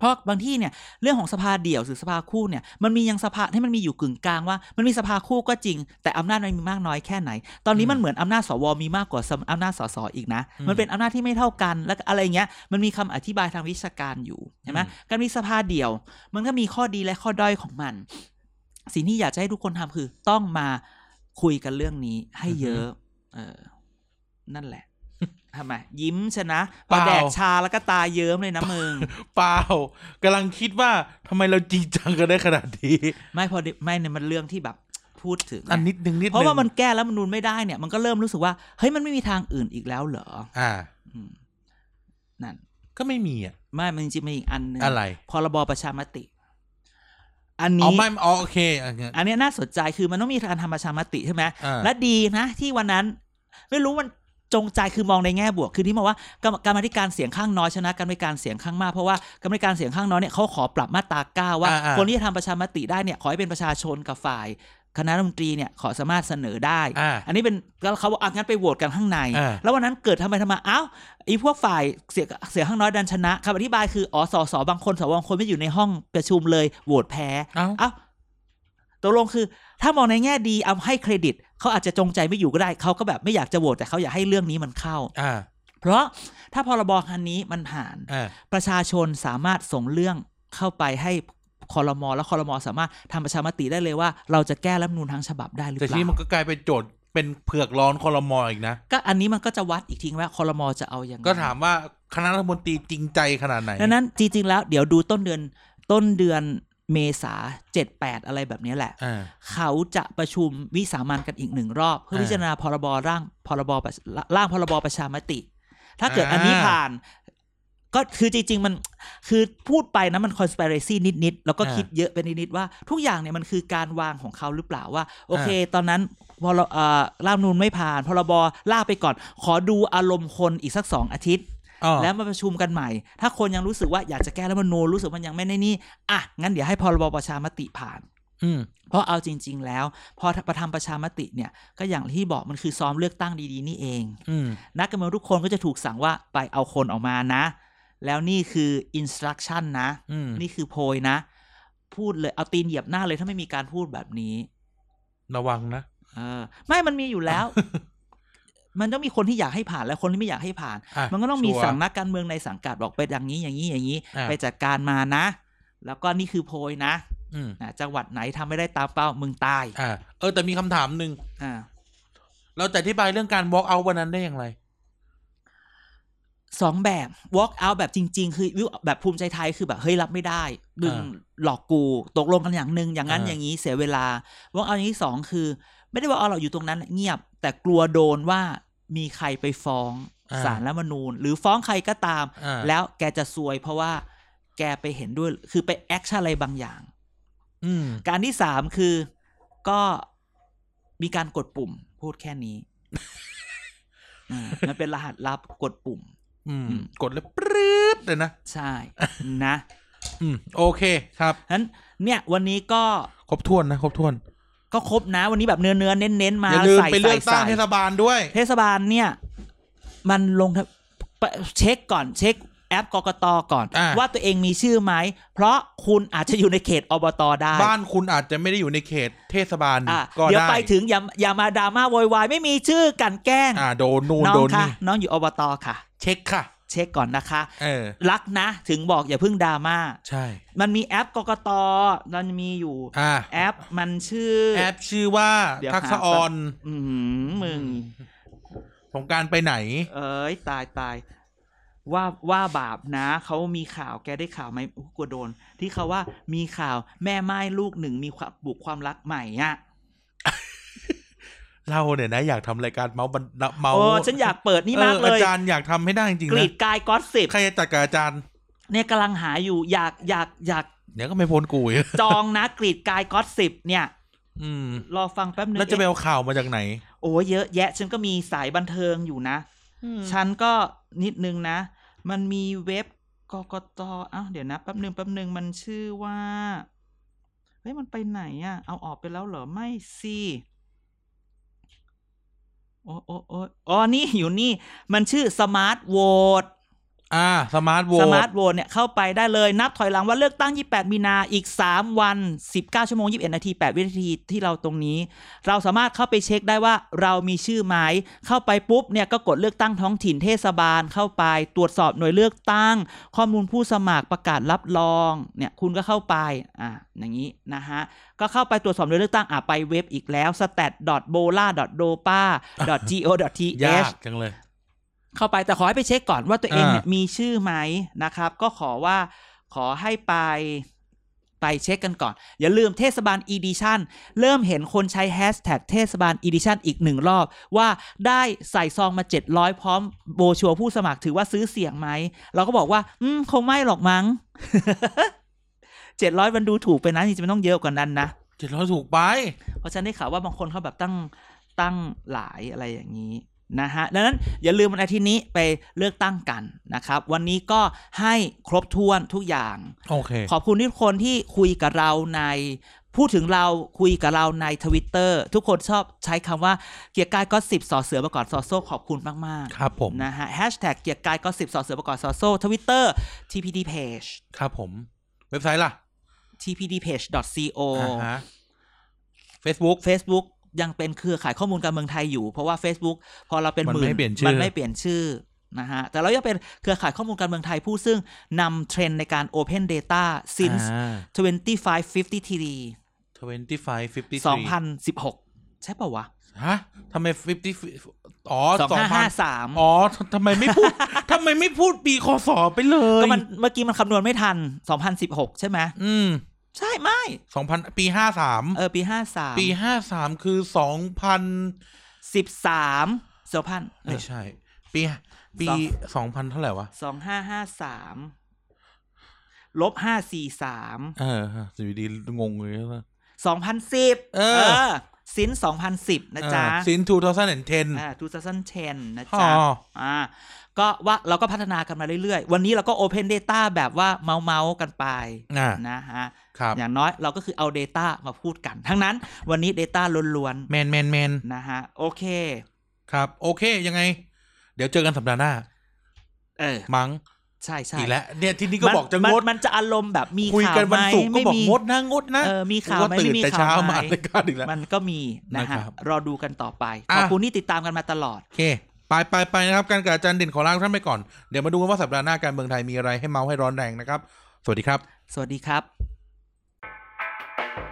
[SPEAKER 1] เพราะบางที่เนี่ยเรื่องของสภาเดี่ยวหรือสภาคู่เนี่ยมันมียังสภาให้มันมีอยู่กึ่งกลางว่า มันมีสภาคู่ก็จริง แต่อำนาจมันมีมากน้อยแค่ไหน ตอนนี้มันเหมือนอำนาจสวมีมากกว่าอำนาจสสอีกนะ มันเป็นอำนาจที่ไม่เท่ากันและอะไรเงี้ยมันมีคำอธิบายทางวิชาการอยู่ใช่ไหม
[SPEAKER 2] อืม
[SPEAKER 1] การมีสภาเดี่ยว มันก็มีข้อดีและข้อด้อยของมัน สิ่งที่อยากจะให้ทุกคนทำคือ ต้องมาคุยกันเรื่องนี้ให้เยอะ เออ นั่นแหละ [LAUGHS] ทำไมยิ้มชนะพอแดกชาแล้วก็ตาเยิ้มเลยนะมึง
[SPEAKER 2] เปล่ากำลังคิดว่าทำไมเราจริงจังกันได้ขนาดนี้
[SPEAKER 1] ไม่พอดิไม่เนี่ยมันเรื่องที่แบบพูดถึงไง
[SPEAKER 2] อันนิดนึงนิดนึง
[SPEAKER 1] เพราะว่ามันแก้แล้วมันนูนไม่ได้เนี่ย มันก็เริ่มรู้สึกว่าเฮ้ยมันไม่มีทางอื่นอีกแล้วเหรอ
[SPEAKER 2] อ่า
[SPEAKER 1] อืมนั่น
[SPEAKER 2] ก็ไม่มีอ่ะ
[SPEAKER 1] ไม่มันจริงๆมีอีกอันหนึง
[SPEAKER 2] อะไร
[SPEAKER 1] พรบประชามติ อัน
[SPEAKER 2] อ๋อ
[SPEAKER 1] นี้
[SPEAKER 2] ไม่อ๋อโอเคอ่ะงั้น
[SPEAKER 1] อันเนี้ยน่าสนใจคือมันต้องมีการทำประชามติใช่ไหม
[SPEAKER 2] อ่า
[SPEAKER 1] และดีนะ ที่วันนั้น ไม่รู้มันจงใจคือมองในแง่บวก คือที่มองว่ากรรมกรรมาธิการเสียงข้างน้อยชนะกรรมาธิการเสียงข้างมากเพราะว่ากรรมาธิการเสียงข้างน้อยเนี่ยเขาขอปรับมาตราเก้าว่า
[SPEAKER 2] อ่าอ่า
[SPEAKER 1] คนที่จะทำประชามติได้เนี่ยขอให้เป็นประชาชนกับฝ่าย คณะรัฐมนตรีเนี่ยขอสามารถเสนอได้
[SPEAKER 2] อ่า
[SPEAKER 1] อันนี้เป็นก็เขาบอกอ่ะงั้นไปโหวตกันข้างใน
[SPEAKER 2] อ่า
[SPEAKER 1] แล้ววันนั้นเกิดทำไมทำไมอ้าวไอ้พวกฝ่ายเสียงเสียงข้างน้อยดันชนะคำอธิบายคืออ๋อสสบางคนสวบางคนไม่อยู่ในห้องประชุมเลยโหวตแพ้
[SPEAKER 2] เอ้า
[SPEAKER 1] อ้าวตกลงคือ ถ้ามองในแง่ดีเอาให้เครดิต เขาอาจจะจงใจไม่อยู่ก็ได้ เขาก็แบบไม่อยากจะโหวตแต่เขาอยากให้เรื่องนี้มันเข้า
[SPEAKER 2] อ่า
[SPEAKER 1] เพราะถ้าพรบคันนี้มันผ่าน
[SPEAKER 2] อ่า
[SPEAKER 1] ประชาชนสามารถส่งเรื่องเข้าไปให้คอรมอแล้วคอรมอสามารถทำประชามติได้เลยว่า เราจะแก้รัฐธรรมนูนทั้งฉบับได้หรือ
[SPEAKER 2] แต่
[SPEAKER 1] เป
[SPEAKER 2] ทีนี้มั
[SPEAKER 1] ล่าน
[SPEAKER 2] ก็กลายเป็นโจทย์เป็นเผือกร้อนคอรมออีกนะ
[SPEAKER 1] ก็อันนี้มันก็จะวัดอีกทีว่าคอรมอจะเอายังไง
[SPEAKER 2] ก็ถามว่าคณะรัฐมนตรีจริงใจขนาดไหน
[SPEAKER 1] ดังนั้นจริงๆแล้วเดี๋ยวดูต้นเดือนต้นเดือนเมษาเจ็ดแปดอะไรแบบนี้แหละ
[SPEAKER 2] อ่า
[SPEAKER 1] เขาจะประชุมวิสามันกันอีกหนึ่งรอบ เพื่อ
[SPEAKER 2] เออ
[SPEAKER 1] พิจารณาพรบร่างพรบประร่างพรบประชามติ ถ้าเกิด
[SPEAKER 2] อ่า
[SPEAKER 1] อันนี้ผ่าน ก็คือจริง ๆ มันคือพูดไปนะมันคอน spiracy นิด ๆ แล้วก็คิดเยอะไปนิด ๆ ว่าทุกอย่างเนี่ยมันคือการวางของเขาหรือเปล่าว่า โอเค ตอนนั้นพรเอ่อร่างนูนไม่ผ่าน พรบล่ากไปก่อน ขอดูอารมณ์คนอีกสักสองอาทิตย์
[SPEAKER 2] อ๋อ
[SPEAKER 1] แล้วมาประชุมกันใหม่ ถ้าคนยังรู้สึกว่าอยากจะแก้แล้วมนูญรู้สึกมันยังไม่ได้นี่อ่ะงั้นเดี๋ยวให้พรบประชามติผ่าน
[SPEAKER 2] อืม
[SPEAKER 1] เพราะเอาจริง ๆ แล้วพอประทำประชามติเนี่ยก็อย่างที่บอกมันคือซ้อมเลือกตั้งดี ๆ นี่เอง
[SPEAKER 2] อืม
[SPEAKER 1] นักการเมืองทุกคนก็จะถูกสั่งว่าไปเอาคนออกมานะ แล้วนี่คืออินสตรักชั่นนะ
[SPEAKER 2] อืม
[SPEAKER 1] นี่คือโพยนะ พูดเลยเอาตีนเหยียบหน้าเลยถ้าไม่มีการพูดแบบนี้
[SPEAKER 2] ระวังนะ
[SPEAKER 1] เออไม่มันมีอยู่แล้ว
[SPEAKER 2] [LAUGHS]
[SPEAKER 1] มันต้องมีคนที่อยากให้ผ่านและคนที่ไม่อยากให้ผ่าน
[SPEAKER 2] อ่ะ
[SPEAKER 1] มันก็ต้องมี
[SPEAKER 2] ชัวร์
[SPEAKER 1] สั่งนักการเมืองในสังกัดบอกไปอย่างนี้อย่างนี้อย่างนี้
[SPEAKER 2] อ่ะ
[SPEAKER 1] ไปจัดการมานะ แล้วก็นี่คือโพยนะ
[SPEAKER 2] อืม
[SPEAKER 1] นะจังหวัดไหนทำไม่ได้ตามเป้ามึงตาย
[SPEAKER 2] อ่า เออ แต่มีคำถามหนึ่ง
[SPEAKER 1] อ่า
[SPEAKER 2] เราจะอธิบายเรื่องการ walk out วันนั้นได้อย่างไร
[SPEAKER 1] สองแบบ walk out แบบจริง ๆ คือวิวแบบภูมิใจไทยคือแบบเฮ้ยรับไม่ได้มึง
[SPEAKER 2] อ่า
[SPEAKER 1] หลอกกู ตกลงกันอย่างหนึ่งอย่างนั้น
[SPEAKER 2] อ่า
[SPEAKER 1] อย่างนี้เสียเวลา walk out อย่างที่สองคือ ไม่ได้ว่าเอาเราอยู่ตรงนั้นเงียบ แต่กลัวโดนว่ามีใครไปฟ้องศาลรัฐธรรมนูญ หรือฟ้องใครก็ตาม
[SPEAKER 2] อ่า
[SPEAKER 1] แล้วแกจะซวยเพราะว่าแกไปเห็นด้วยคือไปแอคชั่นอะไรบางอย่าง
[SPEAKER 2] อืม
[SPEAKER 1] การที่สามคือก็มีการกดปุ่ม พูดแค่ [LAUGHS] นี้ อืมมันเป็นรหัสลับกดปุ่ม
[SPEAKER 2] อืม
[SPEAKER 1] อืม
[SPEAKER 2] กดแล้วปรื๊ดเลยนะ
[SPEAKER 1] ใช่ นะ
[SPEAKER 2] อืม โอเคครับ
[SPEAKER 1] นั้นเนี่ยวันนี้ก็
[SPEAKER 2] ครบถ้วนนะ ครบถ้วน
[SPEAKER 1] ก็ครบนะวันนี้แบบเนื้อเนื้อเน้นเน้นๆมา
[SPEAKER 2] อย่าลืม
[SPEAKER 1] ใส่
[SPEAKER 2] ไปเลื
[SPEAKER 1] ใส่
[SPEAKER 2] อกตั้
[SPEAKER 1] ใส่
[SPEAKER 2] งเทศบาลด้วย
[SPEAKER 1] เทศบาลเนี่ย มันลงทะไปเช็คก่อนเช็คแอปกกตก่อน
[SPEAKER 2] อ่า
[SPEAKER 1] ว่าตัวเองมีชื่อไหม เพราะคุณอาจจะอยู่ในเขตอบตได้
[SPEAKER 2] บ้านคุณอาจจะไม่ได้อยู่ในเขตเทศบาล
[SPEAKER 1] อ่ะ
[SPEAKER 2] ก็
[SPEAKER 1] เดี๋ยว
[SPEAKER 2] ได้
[SPEAKER 1] ไปถึงอย่าอย่ามาดราม่าโวยวายไม่มีชื่อกลันแกล้ง
[SPEAKER 2] อ่าโดนนู่น
[SPEAKER 1] น้อ
[SPEAKER 2] โด
[SPEAKER 1] ง
[SPEAKER 2] น
[SPEAKER 1] คะ
[SPEAKER 2] นี่
[SPEAKER 1] น้องอยู่อบตค่ะ
[SPEAKER 2] เช็คค่ะ
[SPEAKER 1] เช็คก่อนนะคะ
[SPEAKER 2] เออ
[SPEAKER 1] รักนะถึงบอกอย่าเพิ่งดราม่า
[SPEAKER 2] ใช่
[SPEAKER 1] มันมีแอปกกตมันมีอยู่
[SPEAKER 2] อ่า
[SPEAKER 1] แอปมันชื่อ
[SPEAKER 2] แอปชื่อว่า
[SPEAKER 1] เดี๋ยว
[SPEAKER 2] ทัก
[SPEAKER 1] หา
[SPEAKER 2] ษะออน
[SPEAKER 1] อืมมึง
[SPEAKER 2] สงกรารไปไหน
[SPEAKER 1] เอ้ยตายตายว่าว่าบาปนะเขามีข่าวแกได้ข่าวไหมอุ๊ยกลัวโดน ที่เขาว่ามีข่าวแม่ไม้ลูกหนึ่งมีความบุกความรักใหม่อะ
[SPEAKER 2] เราเนี่ยนะอยากทำรายการเมาส์บันเมา
[SPEAKER 1] โอ้ฉันอยากเปิดนี่มากเล
[SPEAKER 2] ออย อาจารย์อยากทำให้ได้จริง
[SPEAKER 1] ก
[SPEAKER 2] ๆ
[SPEAKER 1] รี
[SPEAKER 2] นะ
[SPEAKER 1] ดกายก็อตสิบ
[SPEAKER 2] ใครจะจัดกับอาจารย์
[SPEAKER 1] เนี่ยกำลังหาอยู่อยากอยากอยาก
[SPEAKER 2] เดี๋ยวก็ไม่พ้นกูอีก
[SPEAKER 1] จองนะ กรีดกายก็อตสิบเนี่ย
[SPEAKER 2] อืม
[SPEAKER 1] รอฟังแป๊บนึง
[SPEAKER 2] แล้วจะไปเอาข่าวมาจากไหน
[SPEAKER 1] โอ้เยอะแยะ ฉันก็มีสายบันเทิงอยู่นะ ฉันก็นิดนึงนะ มันมีเว็บกกตอ้าวเดี๋ยวนะแป๊บนึงแป๊บนึงมันชื่อว่า เฮ้ยมันไปไหนอะเอาออกไปแล้วเหรอไม่สิโอ้โอ้โอ้อ๋อนี่อยู่นี่ มันชื่อสมาร์ทโหวต
[SPEAKER 2] อ่าสมาร์ทโว
[SPEAKER 1] สมาร์ทโหวตเนี่ยเข้าไปได้เลย นับถอยหลังว่าเลือกตั้ง 28 มีนาอีก 3 วัน 19 ชั่วโมง 21 นาที 8 วินาทีที่เราตรงนี้ เราสามารถเข้าไปเช็คได้ว่าเรามีชื่อไหมเข้าไปปุ๊บเนี่ยก็กดเลือกตั้งท้องถิ่นเทศบาลเข้าไป ตรวจสอบหน่วยเลือกตั้ง ข้อมูลผู้สมัครประกาศรับรองเนี่ยคุณก็เข้าไปอ่ะอย่างนี้นะฮะก็เข้าไปตรวจสอบหน่วยเลือกตั้งอ่ะไปเว็บอีกแล้ว
[SPEAKER 2] ยา
[SPEAKER 1] stat.bola.dopa.go.th
[SPEAKER 2] กจังเลย
[SPEAKER 1] เข้าไปแต่ขอให้ไปเช็คก่อนว่าตัวเองเนี่ย
[SPEAKER 2] อ่ามี
[SPEAKER 1] มีชื่อไหมนะครับ ก็ขอว่าขอให้ไปไปเช็คกันก่อน อย่าลืมเทศบาล edition เริ่มเห็นคนใช้แฮชแท็กเทศบาล edition อีกหนึ่งรอบ ว่าได้ใส่ซองมา 700 พร้อมโบรชัวร์ผู้สมัครถือว่าซื้อเสียงไหม เราก็บอกว่า อืม คงไม่หรอกมั้ง [LAUGHS] 700มันดูถูกไปนะจริงๆมันต้องเยอะกว่านั้นนะ
[SPEAKER 2] เจ็ดร้อยถูกไป
[SPEAKER 1] เพราะฉันได้ข่าวว่าบางคนเขาแบบตั้งตั้งหลายอะไรอย่างนี้นะฮะดังนั้นอย่าลืมวันอาทิตย์นี้ไปเลือกตั้งกันนะครับ วันนี้ก็ให้ครบถ้วนทุกอย่าง
[SPEAKER 2] โอเค
[SPEAKER 1] ขอบคุณทุกคนที่คุยกับเราใน พูดถึงเราคุยกับเราในทวิตเตอร์ทุกคนชอบใช้คำว่าเกียร์กายก็สิบสอเสือประกอบสอโซ่ขอบคุณมาก
[SPEAKER 2] ครับผม
[SPEAKER 1] ๆนะฮะแฮชแท็กเกียร์กายก็สิบสอเสือประกอบสอโซ่ทวิตเตอร์ tpd page
[SPEAKER 2] ครับผม เว็บไซต์ล่ะ
[SPEAKER 1] tpd page co
[SPEAKER 2] อ่าฮะ Facebook
[SPEAKER 1] Facebook ยังเป็นเครือข่ายข้อมูลการเมืองไทยอยู่ เพราะว่า Facebook พอเราเป็น
[SPEAKER 2] มัน
[SPEAKER 1] หมื่น
[SPEAKER 2] ไม่เปลี่ยนชื่อ
[SPEAKER 1] มันไม่เปลี่ยนชื่อนะฮะแต่เรายังเป็นเครือข่ายข้อมูลการเมืองไทยผู้ซึ่งนำเทรนด์ในการ Open Data since 2550 TD
[SPEAKER 2] ทเวนตี้ไฟฟิฟตี้
[SPEAKER 1] 2016 ใช่ป่าวะ
[SPEAKER 2] ฮะทำไมฟิฟตี้อ๋อสองพัน
[SPEAKER 1] 2553
[SPEAKER 2] อ๋อทำไมไม่พูด
[SPEAKER 1] [LAUGHS]
[SPEAKER 2] ทำไมไม่พูดปีคศไปเลย
[SPEAKER 1] ก็มันเมื่อกี้มันคำนวณไม่ทัน 2016 ใช่ไหม
[SPEAKER 2] อืม
[SPEAKER 1] ใช่ไหม
[SPEAKER 2] สองพันปีห้าสาม
[SPEAKER 1] เออปี 53
[SPEAKER 2] ปีห้าสามคือสองพัน
[SPEAKER 1] 13 2000เอ
[SPEAKER 2] ไม่
[SPEAKER 1] อ
[SPEAKER 2] ใช่ ปีปี
[SPEAKER 1] สอง
[SPEAKER 2] สองพันเท่าไหร่วะ
[SPEAKER 1] 2553ลบ543
[SPEAKER 2] เออฮะอยู่ดีๆงงเลยว่า
[SPEAKER 1] สองพันสิบ
[SPEAKER 2] เออ
[SPEAKER 1] สินสองพันสิบนะจ๊ะ
[SPEAKER 2] สินทูทอสันแอนเทน
[SPEAKER 1] อ่าทูซันเชนนะจ๊ะ
[SPEAKER 2] อ๋อ
[SPEAKER 1] อ่าก็ว่าเราก็พัฒนากันมาเรื่อยๆ วันนี้เราก็ Open Data แบบว่าเมาเมาๆกันไป
[SPEAKER 2] อ่า
[SPEAKER 1] นะฮะ
[SPEAKER 2] ครับ
[SPEAKER 1] อย่างน้อยเราก็คือเอา Data มาพูดกัน ทั้งนั้นวันนี้ Data ล้วน
[SPEAKER 2] แมนแมนแมน
[SPEAKER 1] ๆ นะฮะ โอเค
[SPEAKER 2] ครับ โอเค ยังไง เดี๋ยวเจอกันสัปดาห์หน้า
[SPEAKER 1] เออ
[SPEAKER 2] มั้ง
[SPEAKER 1] ใช่ใช่
[SPEAKER 2] อีกแล้วเนี่ยที่นี่ก็
[SPEAKER 1] มัน
[SPEAKER 2] บอกจะงด
[SPEAKER 1] มันมันจะอารมณ์แบบมี
[SPEAKER 2] คุย
[SPEAKER 1] ข่าว
[SPEAKER 2] กัน
[SPEAKER 1] ไหม
[SPEAKER 2] วันศุกร์ก็
[SPEAKER 1] ไม่
[SPEAKER 2] บอก
[SPEAKER 1] มี
[SPEAKER 2] งดนะงดนะ
[SPEAKER 1] เออมีข่าวไหม
[SPEAKER 2] ก็ตื่
[SPEAKER 1] ไม่
[SPEAKER 2] น
[SPEAKER 1] มี
[SPEAKER 2] แต่
[SPEAKER 1] ข่า
[SPEAKER 2] เช้าว
[SPEAKER 1] ไหม
[SPEAKER 2] มาเลยกันอีกแล้ว
[SPEAKER 1] มันก็มีนะ
[SPEAKER 2] นะครั
[SPEAKER 1] ฮะ
[SPEAKER 2] บ
[SPEAKER 1] รอดูกันต่อไปข
[SPEAKER 2] อ่ะ
[SPEAKER 1] อบคุณที่ติดตามกันมาตลอด
[SPEAKER 2] โอเค ไปไปไปนะครับ การกับอาจารย์เด่นขอลาท่านไปก่อน เดี๋ยวมาดูกันว่าสัปดาห์หน้าการเมืองไทยมีอะไรให้เมาส์ให้ร้อนแรงนะครับ สวัสดีครับ
[SPEAKER 1] สวัสดีครับ